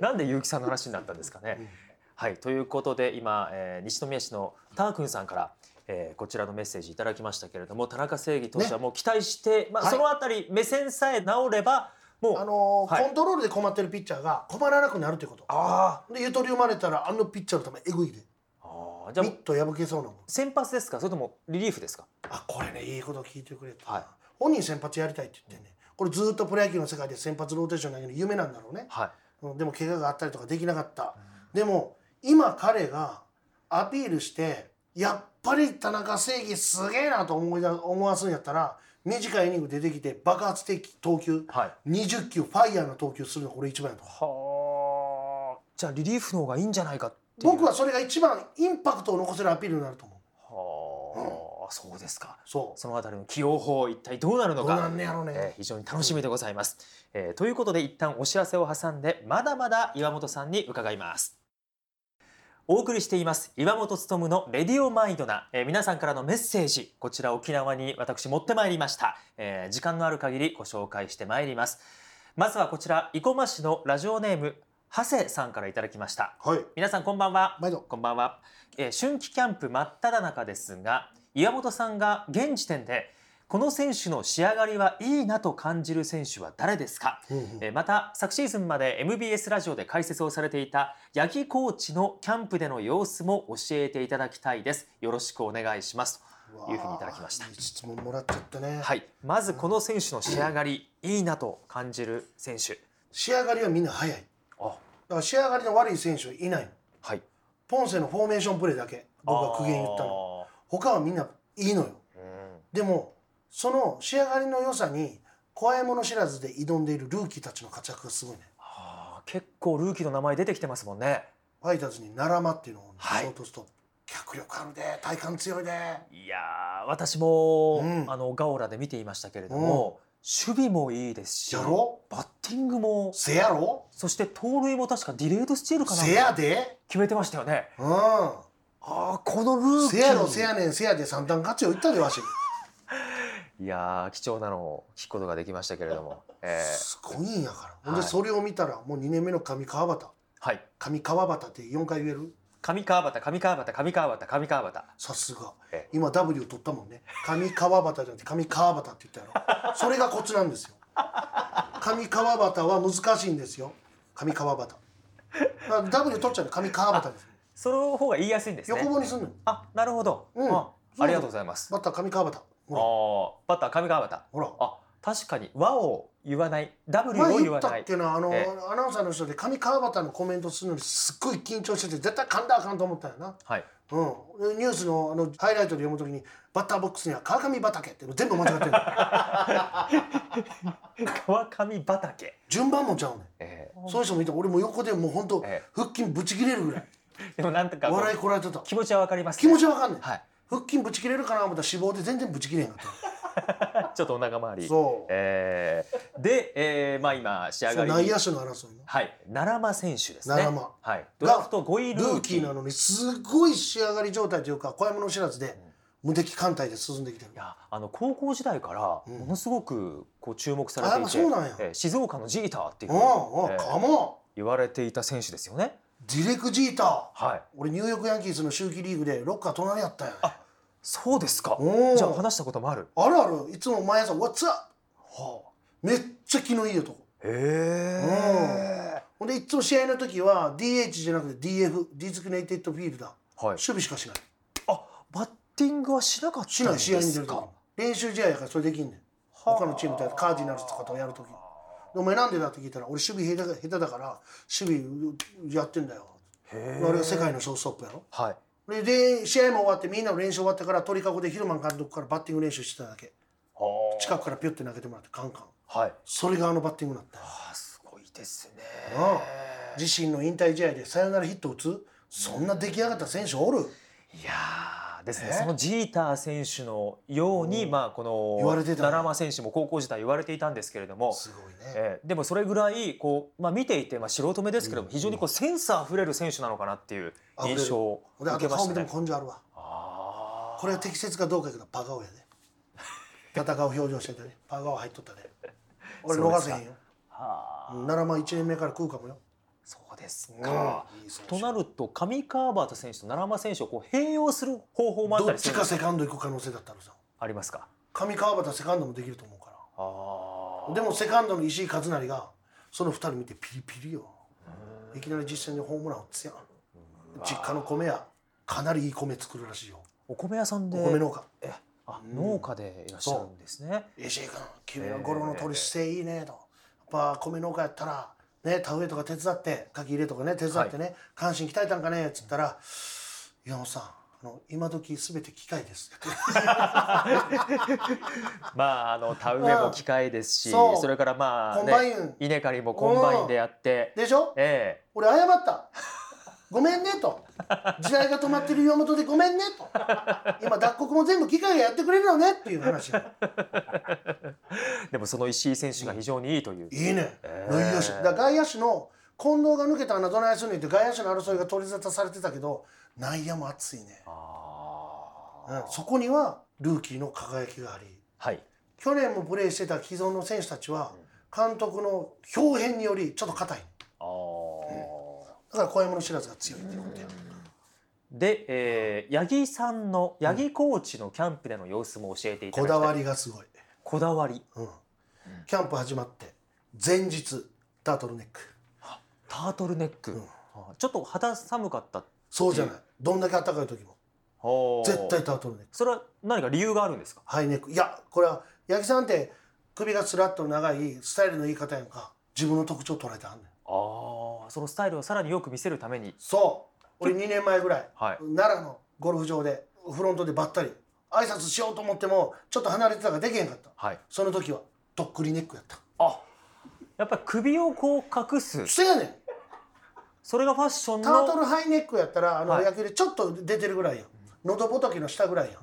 S2: なんで結城さんの話になったんですかね。はいということで今、えー西宮市のタークンさんから、えーこちらのメッセージいただきましたけれども田中正義投手はもう期待して、まあ、
S1: はい
S2: そのあたり目線さえ直ればもう
S1: あのー
S2: はい
S1: コントロールで困ってるピッチャーが困らなくなるってこと
S2: あ
S1: でゆとり生まれたらあのピッチャーのためえぐいで
S2: ーあーじゃあ
S1: ミット破けそうなもん
S2: 先発ですかそれともリリーフですか
S1: あこれねいいこと聞いてくれた、
S2: はい
S1: 本人先発やりたいって言ってねこれずっとプロ野球の世界で先発ローテーション投げる夢なんだろうね、
S2: はい
S1: うんでも怪我があったりとかできなかった、でも今彼がアピールしてやっぱり田中正義すげえなと思いだ思わすんやったら短いイニング出てきて爆発的投球、
S2: はい
S1: 20球ファイヤーの投球するのこれ一番やと
S2: はあじゃあリリーフの方がいいんじゃないかっていう
S1: 僕はそれが一番インパクトを残せるアピールになると思う
S2: はあ、そうですか。
S1: そう
S2: そのあたりの起用法一体どうなる
S1: ど
S2: の
S1: う
S2: か。
S1: なんねやろね、
S2: えー非常に楽しみでございます、えーということで一旦お知らせを挟んでまだまだ岩本さんに伺いますお送りしています岩本勉のレディオマイドナ、えー皆さんからのメッセージこちら沖縄に私持ってまいりました、えー時間のある限りご紹介してまいりますまずはこちら生駒市のラジオネーム長谷さんからいただきました
S1: はい
S2: 皆さんこんばんは
S1: 毎度
S2: こんばんは、えー春季キャンプ真っ只中ですが岩本さんが現時点でこの選手の仕上がりはいいなと感じる選手は誰ですか、
S1: うんうん
S2: えーまた昨シーズンまで MBS ラジオで解説をされていた八木コーチのキャンプでの様子も教えていただきたいですよろしくお願いします
S1: わ
S2: と
S1: あ
S2: いうふうにいただきました
S1: いい質問もらっちゃったね、
S2: はいまずこの選手の仕上がりいいなと感じる選手
S1: 仕上がりはみんな早いだ
S2: あ
S1: から仕上がりの悪い選手はいないの
S2: はい
S1: ポンセのフォーメーションプレーだけ僕が苦言言ったの他はみんないいのよ
S2: あーうん
S1: でもその仕上がりの良さに怖いもの知らずで挑んでいるルーキーたちの活躍がすごいね
S2: あー結構ルーキーの名前出てきてますもんね
S1: ファイターズに奈良間っていうのを
S2: はい
S1: ショートストップ、脚力あるで体幹強いで
S2: いやー私も、
S1: うん
S2: あのガオラで見ていましたけれども、守備もいいですし
S1: やろ
S2: バッティングも
S1: せやろ
S2: そして盗塁も確かディレードスチールかな
S1: せやで
S2: 決めてましたよね
S1: う
S2: ああこのル
S1: ん
S2: ーキ
S1: せ
S2: ー
S1: やろせやねんせやで三段活用言ったでわし
S2: いやー貴重なのを聞くことができましたけれ ども、えー
S1: すごいんやからほんで
S2: はい
S1: それを見たらもう2年目の上川端
S2: はい
S1: 上川端って4回言える
S2: 上川端上川端上川端上川端
S1: さすが
S2: え
S1: 今 W 取ったもんね上川端じゃなくて上川端って言ったやろそれがコツなんですよ上川端は難しいんですよ上川端だから W 取っちゃうの上川端です
S2: その方が言いやすいんですね
S1: 横棒にすんの
S2: あなるほど、
S1: うん
S2: あありがとうございますあ
S1: バッター上川端
S2: あ
S1: ほら
S2: ーバッター上川端
S1: ほら
S2: あ確かに和を言わない W を
S1: 前
S2: 言
S1: 言
S2: わ
S1: った
S2: な
S1: っ
S2: い
S1: けなあの
S2: え
S1: アナウンサーの人で上川端のコメントするのにすっごい緊張してて絶対噛んだらあかんと思ったよな
S2: はい
S1: うん、ニュースのあのハイライトで読むときにバッターボックスには川上畑っていうの全部間違ってる
S2: 川上畑、
S1: 順番もちゃうねん
S2: え
S1: そういう人もいて俺も横でもう本当
S2: え
S1: 腹筋ぶち切れるぐらい
S2: ーでもなんとかこう
S1: 笑いこらえてた
S2: 気持ちはわかります、
S1: 気持ちはわかんない
S2: はい
S1: 腹筋ぶち切れるかな思ったら脂肪で全然ぶち切れへんかっ
S2: ちょっとお腹
S1: た
S2: 周り
S1: そう
S2: えーで、えーまあ今仕上
S1: そ
S2: が
S1: う
S2: り
S1: 内野手の争いの
S2: はい奈良間選手ですね
S1: 奈良間
S2: はいドラフト5位ル
S1: ル
S2: ー
S1: ー
S2: キ
S1: キ
S2: ー
S1: ーなのにすごい仕上がり状態というか怖いもの知らずで無敵艦隊で進んできてる
S2: いやあの高校時代から
S1: うん
S2: ものすごくこう注目されてい
S1: あ
S2: て、
S1: そうなんや
S2: えー静岡のジーターっていう
S1: う
S2: ふうんに、
S1: うん
S2: えー
S1: かも
S2: 言われていた選手ですよね
S1: ディレクジーター
S2: はい
S1: 俺ニューヨークヤンキースの秋季リーグでロッカー隣やったんやね
S2: あそうですか
S1: おー
S2: じゃあ話したこともある
S1: あるあるいつも毎朝「What's up?」めっちゃ気のいい男
S2: へえ
S1: ほんでいつも試合の時は DH じゃなくて DF ディズクネイテッドフィールダー
S2: はい
S1: 守備しかしない
S2: あバッティングはしなかったんです
S1: し
S2: か
S1: ない試合に出る時練習試合やからそれできんねん
S2: あ
S1: 他のチームとやるカーディナルズとかとやる時でお前なんでだって聞いたら俺守備下手下手だから守備やってんだよあれが世界のショーストップやろ
S2: はい
S1: でで試合も終わってみんなの練習終わってから鳥かごでヒルマン監督からバッティング練習してただけ近くからピュッて投げてもらってカンカン
S2: はい
S1: それがあのバッティングだったよ
S2: あーすごいですね
S1: ああ自身の引退試合でサヨナラヒット打つそんな出来上がった選手おる
S2: いやーですねそのジーター選手のように、まあ、この
S1: 言われてたね
S2: 奈良間選手も高校時代言われていたんですけれども、
S1: すごいね
S2: えーでもそれぐらいこう、まあ、見ていて、まあ、素人目ですけれども、非常にこうセンスあふれる選手なのかなっていう
S1: あふれる
S2: 印象を
S1: で
S2: 受
S1: あ
S2: け
S1: と
S2: まし
S1: 顔
S2: た
S1: 見て
S2: ね
S1: も。根性あるわ
S2: あー
S1: これは適切かどうかやけどパ顔やで戦う表情しててね パ顔入っとったで俺
S2: そうで
S1: 逃
S2: す
S1: せ
S2: か
S1: へんよ
S2: あー
S1: うん奈良間1年目から食うかもよ
S2: そうですか、
S1: うんいい選手
S2: となると上川端選手と奈良間選手をこう併用する方法もあっ
S1: ど
S2: た
S1: っ
S2: りす
S1: ち
S2: る
S1: かセカンド行く可能性だったらさ
S2: ありますか
S1: 上川端セカンドもできると思うか
S2: あ
S1: らでもセカンドの石井和成がその2人見てピリピリよいきなり実戦でホームラン打つやん実家の米やかなりいい米作るらしいよ
S2: お米屋さんで
S1: お米農家
S2: えあ、農家でいらっしゃるんですね。
S1: 石井君君の頃の取り姿勢いいねと、やっぱ米農家やったらね田植えとか手伝ってかき入れとかね手伝ってね、関心鍛えたんかねっつったら「岩本さんあの今時すべて機械です」
S2: まああの田植えも機械ですし、
S1: うんそう
S2: それからまあ、ね、
S1: コンバイン
S2: 稲刈りもコンバインでやって、
S1: でしょ
S2: ええ
S1: 俺謝った「ごめんね」と時代が止まってる岩本でごめんねと今脱穀も全部機械がやってくれるのねっていう話
S2: でもその石井選手が非常にいいという。
S1: いいね
S2: えー
S1: 内野手だから外野手の近藤が抜けた穴どないすんねんって外野手の争いが取り沙汰されてたけど内野も熱いね、
S2: あ
S1: う
S2: ー
S1: んそこにはルーキーの輝きがあり
S2: はい。
S1: 去年もプレーしてた既存の選手たちは監督の表変によりちょっと硬い
S2: あー
S1: だから小山の知らずが強いっていうことや
S2: で、えー、八木さんの八木コーチのキャンプでの様子も教えていた
S1: こ
S2: だきたい。
S1: だわ。りがすごい、
S2: こだわり。
S1: うん、キャンプ始まって前日タートルネック
S2: タートルネック。
S1: うん
S2: あーちょっと肌寒かった。
S1: そうじゃないどんだけ暖かい時も
S2: おー
S1: 絶対。タートルネック
S2: それは何か理由があるんですか。
S1: ハイネックいやこれは八木さんって首がスラッと長いスタイルのいい方やんか自分の特徴捉えてはんねん
S2: ああ、そのスタイルをさらによく見せるために。
S1: そう俺2年前ぐらい
S2: はい。
S1: 奈良のゴルフ場でフロントでばったり挨拶しようと思ってもちょっと離れてたからできへんかった
S2: はい。
S1: その時はとっくりネックやった
S2: あ。やっぱり首をこう隠す。
S1: そやねん
S2: それがファッションの。
S1: タートルハイネックやったらあの
S2: はい
S1: 野球でちょっと出てるぐらいやん喉仏の下ぐらいやん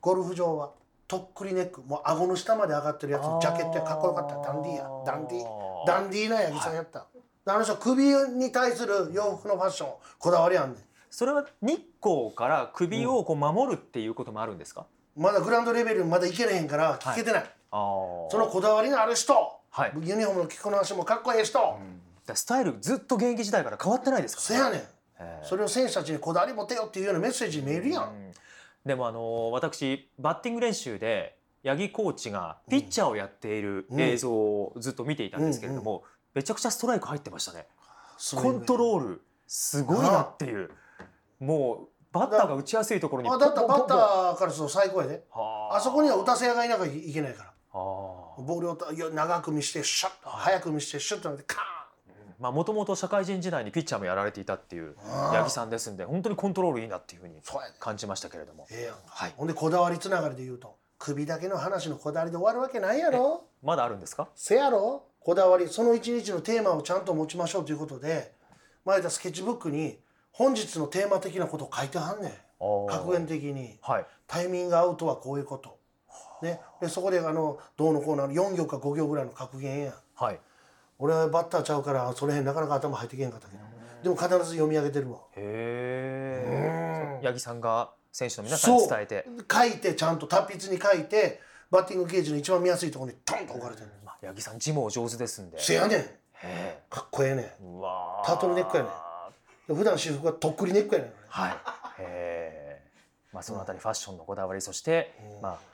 S1: ゴルフ場はとっくりネックもう顎の下まで上がってるやつのジャケットやかっこよかったダンディーやダンディー
S2: ー
S1: ダンディーな八木さんやった、あの人首に対する洋服のファッションこだわりあんねん
S2: それは日光から首をこう守るっていうこともあるんですか。
S1: まだグラウンドレベルにまだいけれへんから聞けてない、
S2: ああ。
S1: その。こだわりのある人、
S2: はい
S1: ユニフォームの着こなしもかっこいい人、
S2: スタイルずっと現役時代から変わってないですか
S1: せやねん
S2: らね。へー
S1: それを選手たちにこだわり持てよっていうようなメッセージに見えるやん、
S2: うんでもあのー私バッティング練習で八木コーチがピッチャーをやっている映像をずっと見ていたんですけれども、めちゃくちゃストライク入ってましたね。
S1: すごい
S2: コ
S1: ね
S2: ントロールすごいなっていう。もうバッターが打ちやすいところに
S1: あだったら
S2: ポ
S1: バ
S2: ンポ
S1: ッ
S2: ン
S1: タ
S2: ポンポン
S1: ーからすると最高やで
S2: はー
S1: あそこには打たせ屋がいなきゃいけないから
S2: あー
S1: ボールをたいや長く見してシャッと早く見してシュッとなってカーン
S2: まあもともと社会人時代にピッチャーもやられていたっていう
S1: あー
S2: 八木さんですんで本当にコントロールいいなっていうふうに
S1: そうやね
S2: 感じましたけれども
S1: ええやんか、
S2: はい
S1: ほんでこだわりつながりで言うと首だけの話のこだわりで終わるわけないやろ
S2: まだあるんですか
S1: せやろこだわりその一日のテーマをちゃんと持ちましょうということで前田スケッチブックに本日のテーマ的なことを書いてはんねん格
S2: 格
S1: 言的に
S2: はい
S1: タイミングアウトはこういうこと、ね、でそこであのどうのこうの4行か5行ぐらいの格言やん
S2: はい
S1: 俺はバッターちゃうからその辺なかなか頭入ってけんかったけどでも必ず読み上げてるわう
S2: へえ。八木さんが選手の皆さんに伝えて、
S1: 書いてちゃんと達筆に書いてバッティングゲージの一番見やすいところにトンと置かれてる
S2: まあ八木さん字もお上手ですんで。
S1: せやねん
S2: へ
S1: かっこええねん
S2: ーうわ
S1: タートルネックやねで普段私服はとっくりネックやねん
S2: はい。へえ。まあそのあたりファッションのこだわり、そして
S1: うん
S2: まあ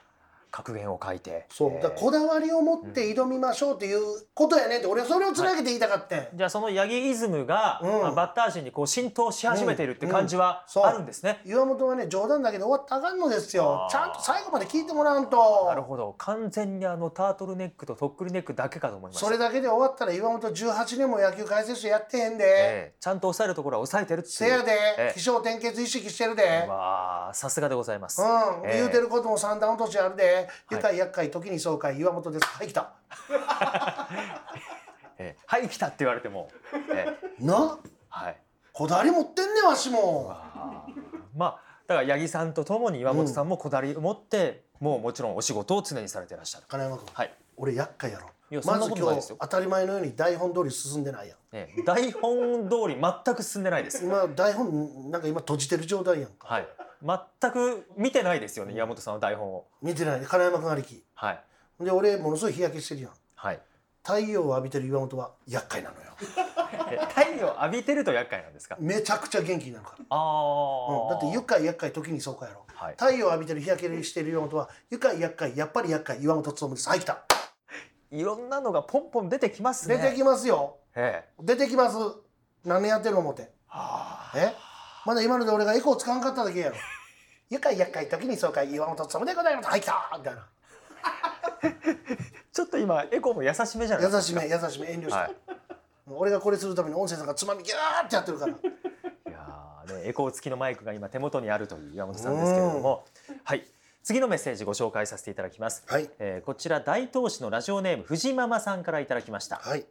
S2: 格言を書いて。
S1: そう
S2: へー
S1: だからこだわりを持って挑みましょうっていうことやねんって俺はそれをつなげて言いたかったん、
S2: じゃあその八木イズムが、
S1: うん
S2: まあ、バッター陣にこう浸透し始めているって感じは
S1: うんうん
S2: あるんですね。
S1: 岩本はね冗談だけで終わったらあかんのですよ
S2: あー
S1: ちゃんと最後まで聞いてもらわん
S2: なる
S1: と
S2: ほど完全にあのタートルネックととっくりネックだけかと思いました
S1: それだけで終わったら岩本18年も野球解説者やってへんで、
S2: ええちゃんと抑えるところは抑えてるっていう
S1: せやで、
S2: ええ
S1: 起承転結意識してるで
S2: うわあさすがでございます、
S1: うん、
S2: ええ
S1: 言うてることも三段落としあるで愉快厄介時に爽快岩本ですはい来た
S2: ええはい来たって言われても、ええ
S1: な
S2: はい
S1: こだわり持ってんねんわしも
S2: まあだから八木さんとともに岩本さんもこだわりを持って、もうもちろんお仕事を常にされてらっしゃる
S1: 金山君、
S2: はい、
S1: 俺厄介やろ
S2: いやそ
S1: ま
S2: んな
S1: ず
S2: こと
S1: 今
S2: ないです
S1: 日
S2: よ
S1: 当たり前のように台本通り進んでないやん
S2: ええ台本通り全く進んでないです
S1: 今台本なんか今閉じてる状態やんか
S2: はい全く見てないですよね岩本さんの台本を
S1: 見てない金山君ありき
S2: はい
S1: で俺ものすごい日焼けしてるやん
S2: はい
S1: 太陽を浴びてる岩本は厄介なのよ
S2: え太陽浴びてると厄介なんですか
S1: めちゃくちゃ元気になるから、
S2: ああ、
S1: うん、だって愉快厄介時に爽快やろ
S2: はい
S1: 太陽を浴びてる日焼けしてる岩本は愉快厄介やっぱり厄介岩本勉ですはい来た
S2: いろんなのがポンポン出てきますね
S1: 出てきますよ
S2: ええ
S1: 出てきます何年やってるの思って
S2: あ
S1: えまだ今ので俺がエコー使わんかっただけやろ愉快厄介時に爽快岩本勉でございますはい来たみたいな
S2: ーちょっと今エコーも優しめじゃないですか
S1: 優しめ優しめ遠慮して、
S2: はい
S1: 俺がこれするために音声さんがつまみギャーってやってるから
S2: いやーね、エコー付きのマイクが今手元にあるという岩本さんですけれども、はい、次のメッセージご紹介させていただきます、
S1: はい
S2: えーこちら大東市のラジオネーム藤ママさんからいただきました
S1: はい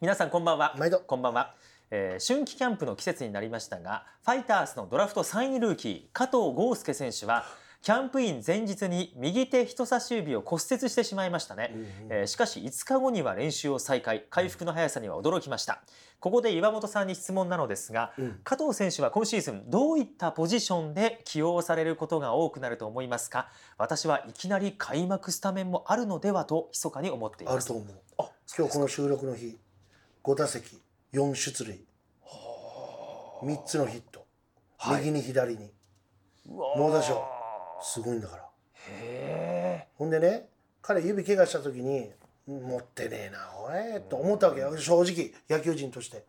S2: 皆さんこんばんは
S1: 毎度
S2: こんばんは、えー春季キャンプの季節になりましたがファイターズのドラフト3位ルーキー加藤豪介選手はキャンプイン前日に右手人差し指を骨折してしまいましたね、えーしかし5日後には練習を再開回復の速さには驚きましたここで岩本さんに質問なのですが、
S5: うん
S2: 加藤選手は今シーズンどういったポジションで起用されることが多くなると思いますか私はいきなり開幕スタメンもあるのではと密かに思ってい
S1: あ
S2: ま
S1: る
S2: す
S1: と思う今日この収録の日5打席4出塁3つのヒット、
S2: はい
S1: 右に左に猛打賞すごいんだから
S2: へ
S1: ほんでね彼指怪我した時に持ってねえなおいと思ったわけよ正直野球人として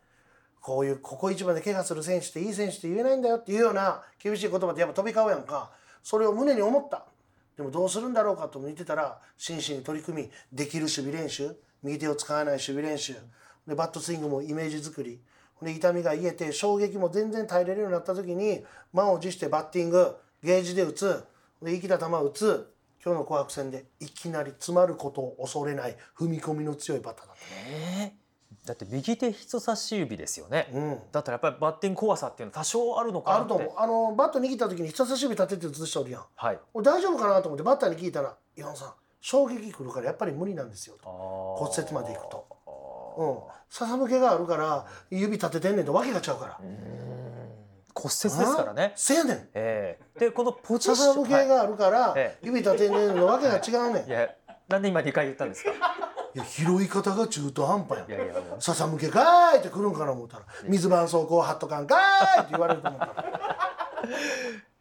S1: こういうここ一番で怪我する選手っていい選手って言えないんだよっていうような厳しい言葉ってやっぱ飛び交うやんかそれを胸に思ったでもどうするんだろうかと見てたら真摯に取り組みできる守備練習右手を使わない守備練習でバットスイングもイメージ作りで痛みが癒えて衝撃も全然耐えれるようになった時に満を持してバッティングゲージで打つで生きた球を打つ今日の紅白戦でいきなり詰まることを恐れない踏み込みの強いバッターだっ
S2: えだって右手人差し指ですよね、
S1: た。うん
S2: だったらやっぱりバッティング怖さっていうのは多少あるのかな
S1: あ
S2: って
S1: ると思うあのバット握った時に人差し指立てて写しておるやん
S2: はい
S1: 俺大丈夫かなと思ってバッターに聞いたら「岩野さん衝撃来るからやっぱり無理なんですよ」と
S2: 骨
S1: 骨折までいくと
S2: と
S1: うん笹抜けがあるから指立ててんねんとわけがちゃうから
S2: うーん骨折ですからね
S1: せやねん
S2: ええでこのポジシ
S1: 笹
S2: ョ
S1: 抜
S2: ン、
S1: け
S2: は
S1: があるから
S2: え
S1: 指立てんねんのわけが違うねん
S2: い、い
S1: い
S2: やなんで今二回言ったんですかい
S1: や拾い方が中途半端やん
S2: やいやもう
S1: 笹向けかーいって来るんかな思ったら水絆創膏貼っとかんかーいって言われると思ったら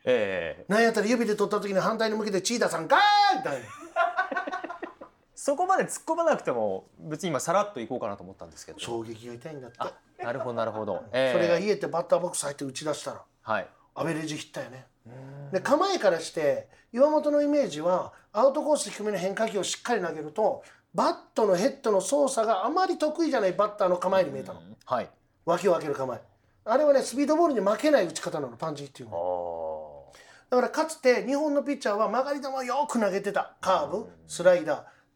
S2: ええ
S1: なんやったら指で取った時に反対に向けてチータさんかーいみたいな
S2: そこまで突っ込まなくても別に今さらっといこうかなと思ったんですけど
S1: 衝撃が痛いんだって、
S2: あなるほどなるほど、ええ
S1: それが言えてバッターボックス入って打ち出したら
S2: はい
S1: アベレージヒッターやねで構えからして岩本のイメージはアウトコース低めの変化球をしっかり投げるとバットのヘッドの操作があまり得意じゃないバッターの構えに見えたの
S2: はい
S1: 脇を開ける構えあれはねスピードボールに負けない打ち方なのパンチっていうの
S2: あ
S1: は
S2: ー
S1: だからかつて日本のピッチャーは曲がり球をよく投げてたカーブスライダー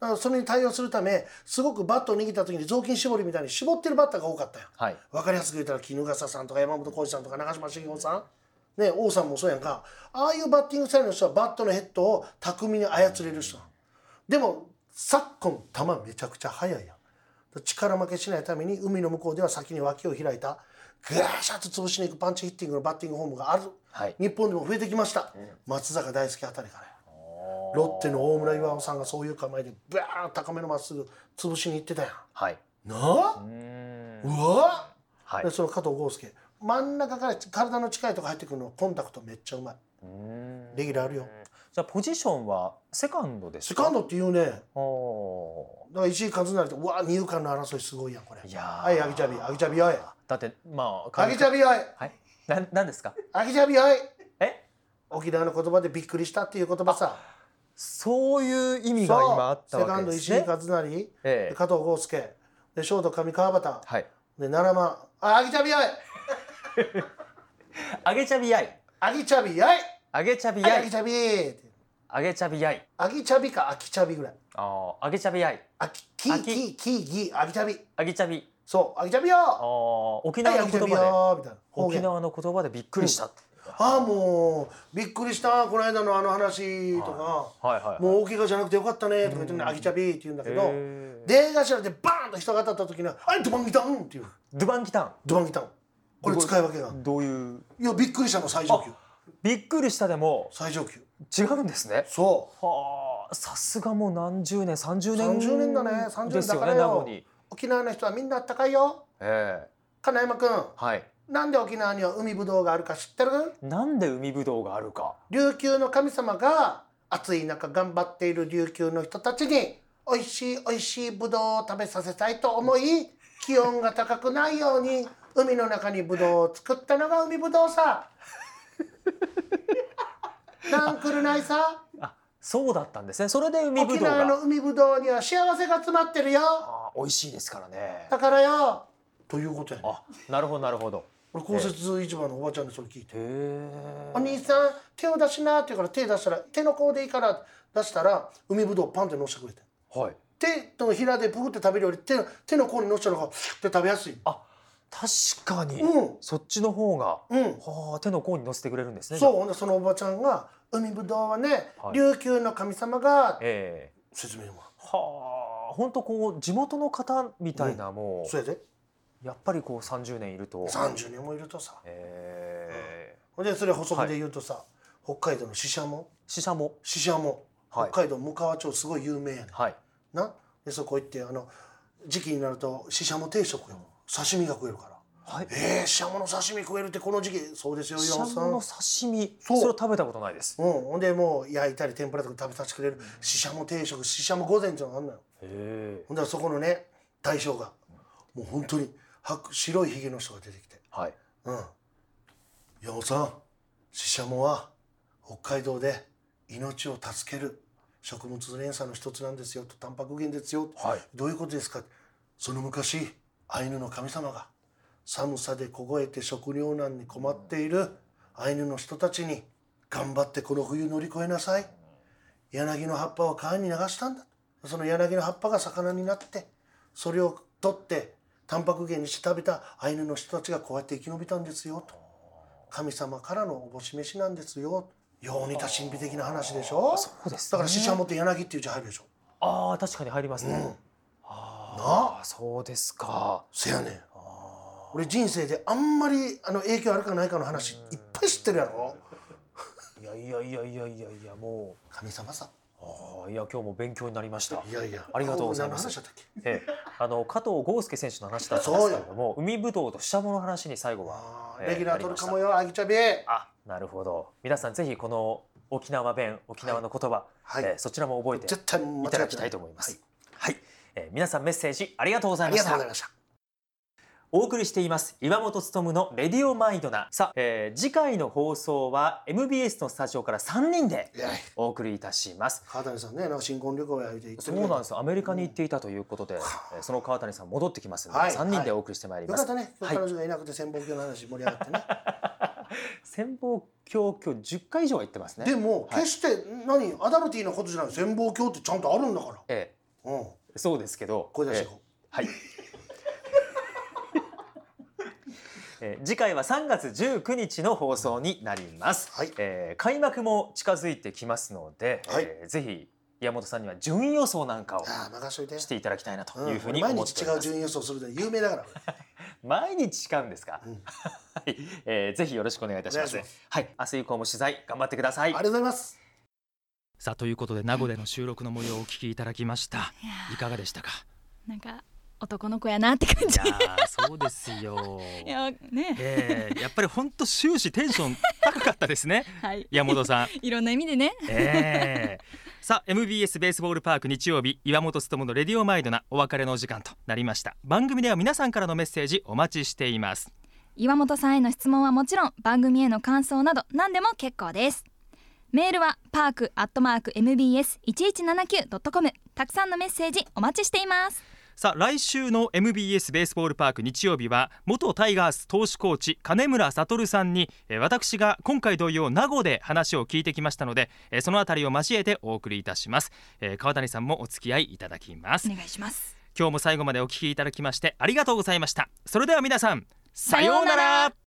S1: だからそれに対応するためすごくバットを握った時に雑巾絞りみたいに絞ってるバッターが多かったよ
S2: はい
S1: 分かりやすく言ったら衣笠さんとか山本浩二さんとか長嶋茂雄さん、ね、王さんもそうやんかああいうバッティングスタイルの人はバットのヘッドを巧みに操れる人なのでも昨今球めちゃくちゃ速いやん力負けしないために海の向こうでは先に脇を開いたぐーシャッと潰しにいくパンチヒッティングのバッティングフォームがある
S2: はい
S1: 日本でも増えてきました、松坂大輔あたりからやロッテの大村巌さんがそういう構えでブワーン高めのまっすぐ潰しに行ってたや
S2: はい
S1: んなあ
S2: うー
S1: うんわっ
S2: はい
S1: でその加藤豪介真ん中から体の近いとこ入ってくるのコンタクトめっちゃうまいう
S2: ーん
S1: レギュラーあるよ
S2: じゃあポジションはセカンドです
S1: セ
S2: か
S1: カンドっていうねだか
S2: お
S1: ら石井一成とうわ二遊間の争いすごいやんこれ
S2: いやー
S1: はいアギチャビアギチャビおい
S2: だってまあ
S1: アギチャビおい
S2: はいなんなんですか
S1: アギチャビおい
S2: え
S1: 沖縄の言葉でびっくりしたっていう言葉さ
S2: そういう意味が今あ
S1: そ
S2: っ
S1: うセ
S2: た
S1: カ
S2: わ
S1: ン
S2: け
S1: ド
S2: で
S1: 石
S2: す
S1: 井
S2: ね
S1: 一成で
S2: ええ
S1: 加藤豪介でショート上川端
S2: はい
S1: で奈良間あアギチャビおい
S2: あげちゃびやい
S1: アギチャビやい
S2: あげちゃび
S1: ア
S2: や
S1: ギ
S2: い
S1: チャビって
S2: あげちゃびやい
S1: アギチャビかアキチャビぐらい
S2: あーあげちゃびやい
S1: アキキ
S2: ア
S1: ーキ
S2: キ
S1: ーキーギーアギチャビ
S2: あげちゃび
S1: そうアギチャビ
S2: あ
S1: よ
S2: ー沖
S1: はい
S2: 縄
S1: ア
S2: の
S1: ギチ
S2: 言
S1: ャ
S2: 葉
S1: ビ
S2: で、
S1: よみたいな方
S2: 沖
S1: 言
S2: 縄の言葉でびっくりした、
S1: ああもうびっくりしたこの間のあの話とか、
S2: はいはいはい
S1: もう大怪我じゃなくてよかったねとか言ってね、アギチャビーって言うんだけど
S2: へー
S1: 出頭でバーンと人が当たった時に「あれドバンギタン!」っていう
S2: ドゥバンキタ
S1: ドバンギタンこれ使い分けがある
S2: ンどういう
S1: いやびっくりしたの最上級
S2: びっくりしたでも
S1: 最上級
S2: 違うんですね
S1: そう
S2: はあさすがもう何十年30年
S1: 30年だね30
S2: で
S1: 年
S2: す
S1: だ
S2: よ
S1: か
S2: ね
S1: ら
S2: 名護
S1: よ、
S2: に
S1: 沖縄の人はみんなあったかいよ
S2: ええ
S1: 金山君
S2: はい
S1: なんで沖縄には海ぶどうがあるか知ってる
S2: なんで海ぶどうがあるか
S1: 琉球の神様が暑い中頑張っている琉球の人たちに美味しい美味しいぶどうを食べさせたいと思い気温が高くないように海の中にぶどうを作ったのが海ぶどうさ。なんくるないさ
S2: あそうだったんですねそれで海ぶ
S1: 沖
S2: どう
S1: 縄の
S2: が
S1: 海ぶどうには幸せが詰まってるよ
S2: あ美味しいですからね
S1: だからよということやね
S2: あなるほどなるほど
S1: 俺公設市場のおばちゃんにそれ聞いて
S2: へえ
S1: お兄さん手を出しなって言うから手出したら手の甲でいいから出したら海ぶどうパンって乗せてくれて
S2: はい
S1: 手のひらでプクって食べるより手の手の甲に乗せたのがふって食べやすい
S2: あ確かに、
S1: うん
S2: そっちの方が
S1: うん
S2: はあ手の甲に乗せてくれるんですね
S1: そう
S2: う
S1: ほんでそのおばちゃんが「海ぶどうはね、
S2: はい
S1: 琉球の神様が」
S2: ええ
S1: 説明は
S2: はあ本当こう地元の方みたいな、も
S1: それで
S2: うやっぱりこう30年いると
S1: 30年もいるとさ
S2: ええ
S1: ほんでそれ補足で言うとさ、北海道のシシャモ
S2: 死者も
S1: シシャモ
S2: はい
S1: 北海道向川町すごい有名やねん
S2: はい
S1: なでそこ行ってあの時期になるとシシャモ定食よ刺身が食えるから
S2: はい
S1: えー、シシャモの刺身食えるってこの時期そうですよ
S2: シ
S1: 岩
S2: ャ
S1: 本さ
S2: モ
S1: ん
S2: の刺身そ
S1: そう
S2: れを食べたことないです
S1: うん、ほんでもう焼いたり天ぷらとか食べさせてくれるシシャモ定食シシャモ御膳っていうのがあんのよ
S2: へえ
S1: ほんでそこのね大将がもう本当に白白いひげの人が出てきて
S2: はい
S1: 「うん山本さんシシャモは北海道で命を助ける食物連鎖の一つなんですよ」と「タンパク源ですよ」
S2: はい
S1: どういうことですかその昔アイヌの神様が寒さで凍えて食糧難に困っているアイヌの人たちに頑張ってこの冬乗り越えなさい柳の葉っぱを川に流したんだその柳の葉っぱが魚になってそれを取ってタンパク源にして食べたアイヌの人たちがこうやって生き延びたんですよと神様からのおぼし飯なんですよよう似た神秘的な話でしょ
S2: そうですね
S1: だから死者もって柳っていう字入るでしょ
S2: ああ確かに入りますね、
S1: うん
S2: ああそうですか
S1: せやねん
S2: あ
S1: 俺人生であんまりあの影響あるかないかの話いっぱい知ってるやろ
S2: ーいやいやいやいやいやいやも
S1: 神様さ
S2: うああいや今日も勉強になりました
S1: いやいや
S2: ありがとうございます
S1: 何の話だったっけ
S2: ええ、あの加藤豪介選手の話だったんですけれども海ぶどうとシャモの話に最後は
S1: あ
S2: え
S1: ー
S2: ー
S1: レギュラー取るかもよアギチャビは
S2: あなるほど皆さんぜひこの沖縄弁沖縄の言葉、
S1: い、
S2: えーそちらも覚えて
S1: 絶対間違
S2: い
S1: って
S2: た
S1: な
S2: だきたいと思いま
S1: は
S2: すはい、えー皆さんメッセージありがとうござ
S1: あ
S2: い
S1: り
S2: ま
S1: がとうご
S2: した
S1: ざいました
S2: お送りしています岩本勉のレディオマイドナさあ、えー次回の放送は MBS のスタジオから3人で
S1: いや
S2: お送りいたします
S1: 川谷さんねなんか新婚旅行や言って言って
S2: そ
S1: る
S2: う
S1: けど
S2: なんですよアメリカに行っていたということで、えーその川谷さん戻ってきますので、
S1: はい
S2: 3人でお送りしてまいり
S1: よ
S2: ま
S1: か
S2: す、
S1: ったね今日彼女がいなくて潜望鏡の話盛り上がってね、
S2: 潜望鏡今日10回以上は行ってます ね
S1: でも、
S2: はい
S1: 決して何アダルティーなことじゃない潜望鏡ってちゃんとあるんだから
S2: え
S1: うん
S2: えそうですけど
S1: 声出してい
S2: え
S1: こ
S2: えはいええ次回は3月19日の放送になります、
S1: はい
S2: ええ開幕も近づいてきますので、
S1: はい
S2: ええぜひ岩本さんには順位予想なんかを
S1: う、ああ任しといて
S2: していただきたいなと
S1: うん
S2: いうふうに
S1: 俺
S2: 思
S1: 毎
S2: って
S1: 日違
S2: おり
S1: う
S2: ます、
S1: 順位予想するで有名だから
S2: 毎日違うんで すか、
S1: うん
S2: はい、ええぜひよろしくお願いいたします
S1: お願いし
S2: はい明日以降も取材頑張ってくださ
S1: あ
S2: い
S1: りがとうございます
S6: さあということで名護での収録の模様をお聞きいただきました
S4: いや
S6: いかがでしたか
S4: ーなんか男の子やなって感
S6: い
S4: じ
S6: やーそうです よ
S4: いやね
S6: ええやっぱり本当終始テンション高かったですね
S4: はい
S6: 山本さん
S4: いろんな意味でね
S6: ええさあ MBS ベースボールパーク日曜日岩本勉のレディオマイドなお別れのお時間となりました番組では皆さんからのメッセージお待ちしています
S4: 岩本さんへの質問はもちろん番組への感想など何でも結構ですメールはパークアットマーク MBS1179.com たくさんのメッセージお待ちしています
S6: さあ来週の MBS ベースボールパーク日曜日は元タイガース投手コーチ金村悟さんにえー私が今回同様名護で話を聞いてきましたのでえーそのあたりを交えてお送りいたしますえー川谷さんもお付き合いいただきます
S4: お願いします
S6: 今日も最後までお聞きいただきましてありがとうございましたそれでは皆さんさような
S4: さような
S6: ら
S4: ら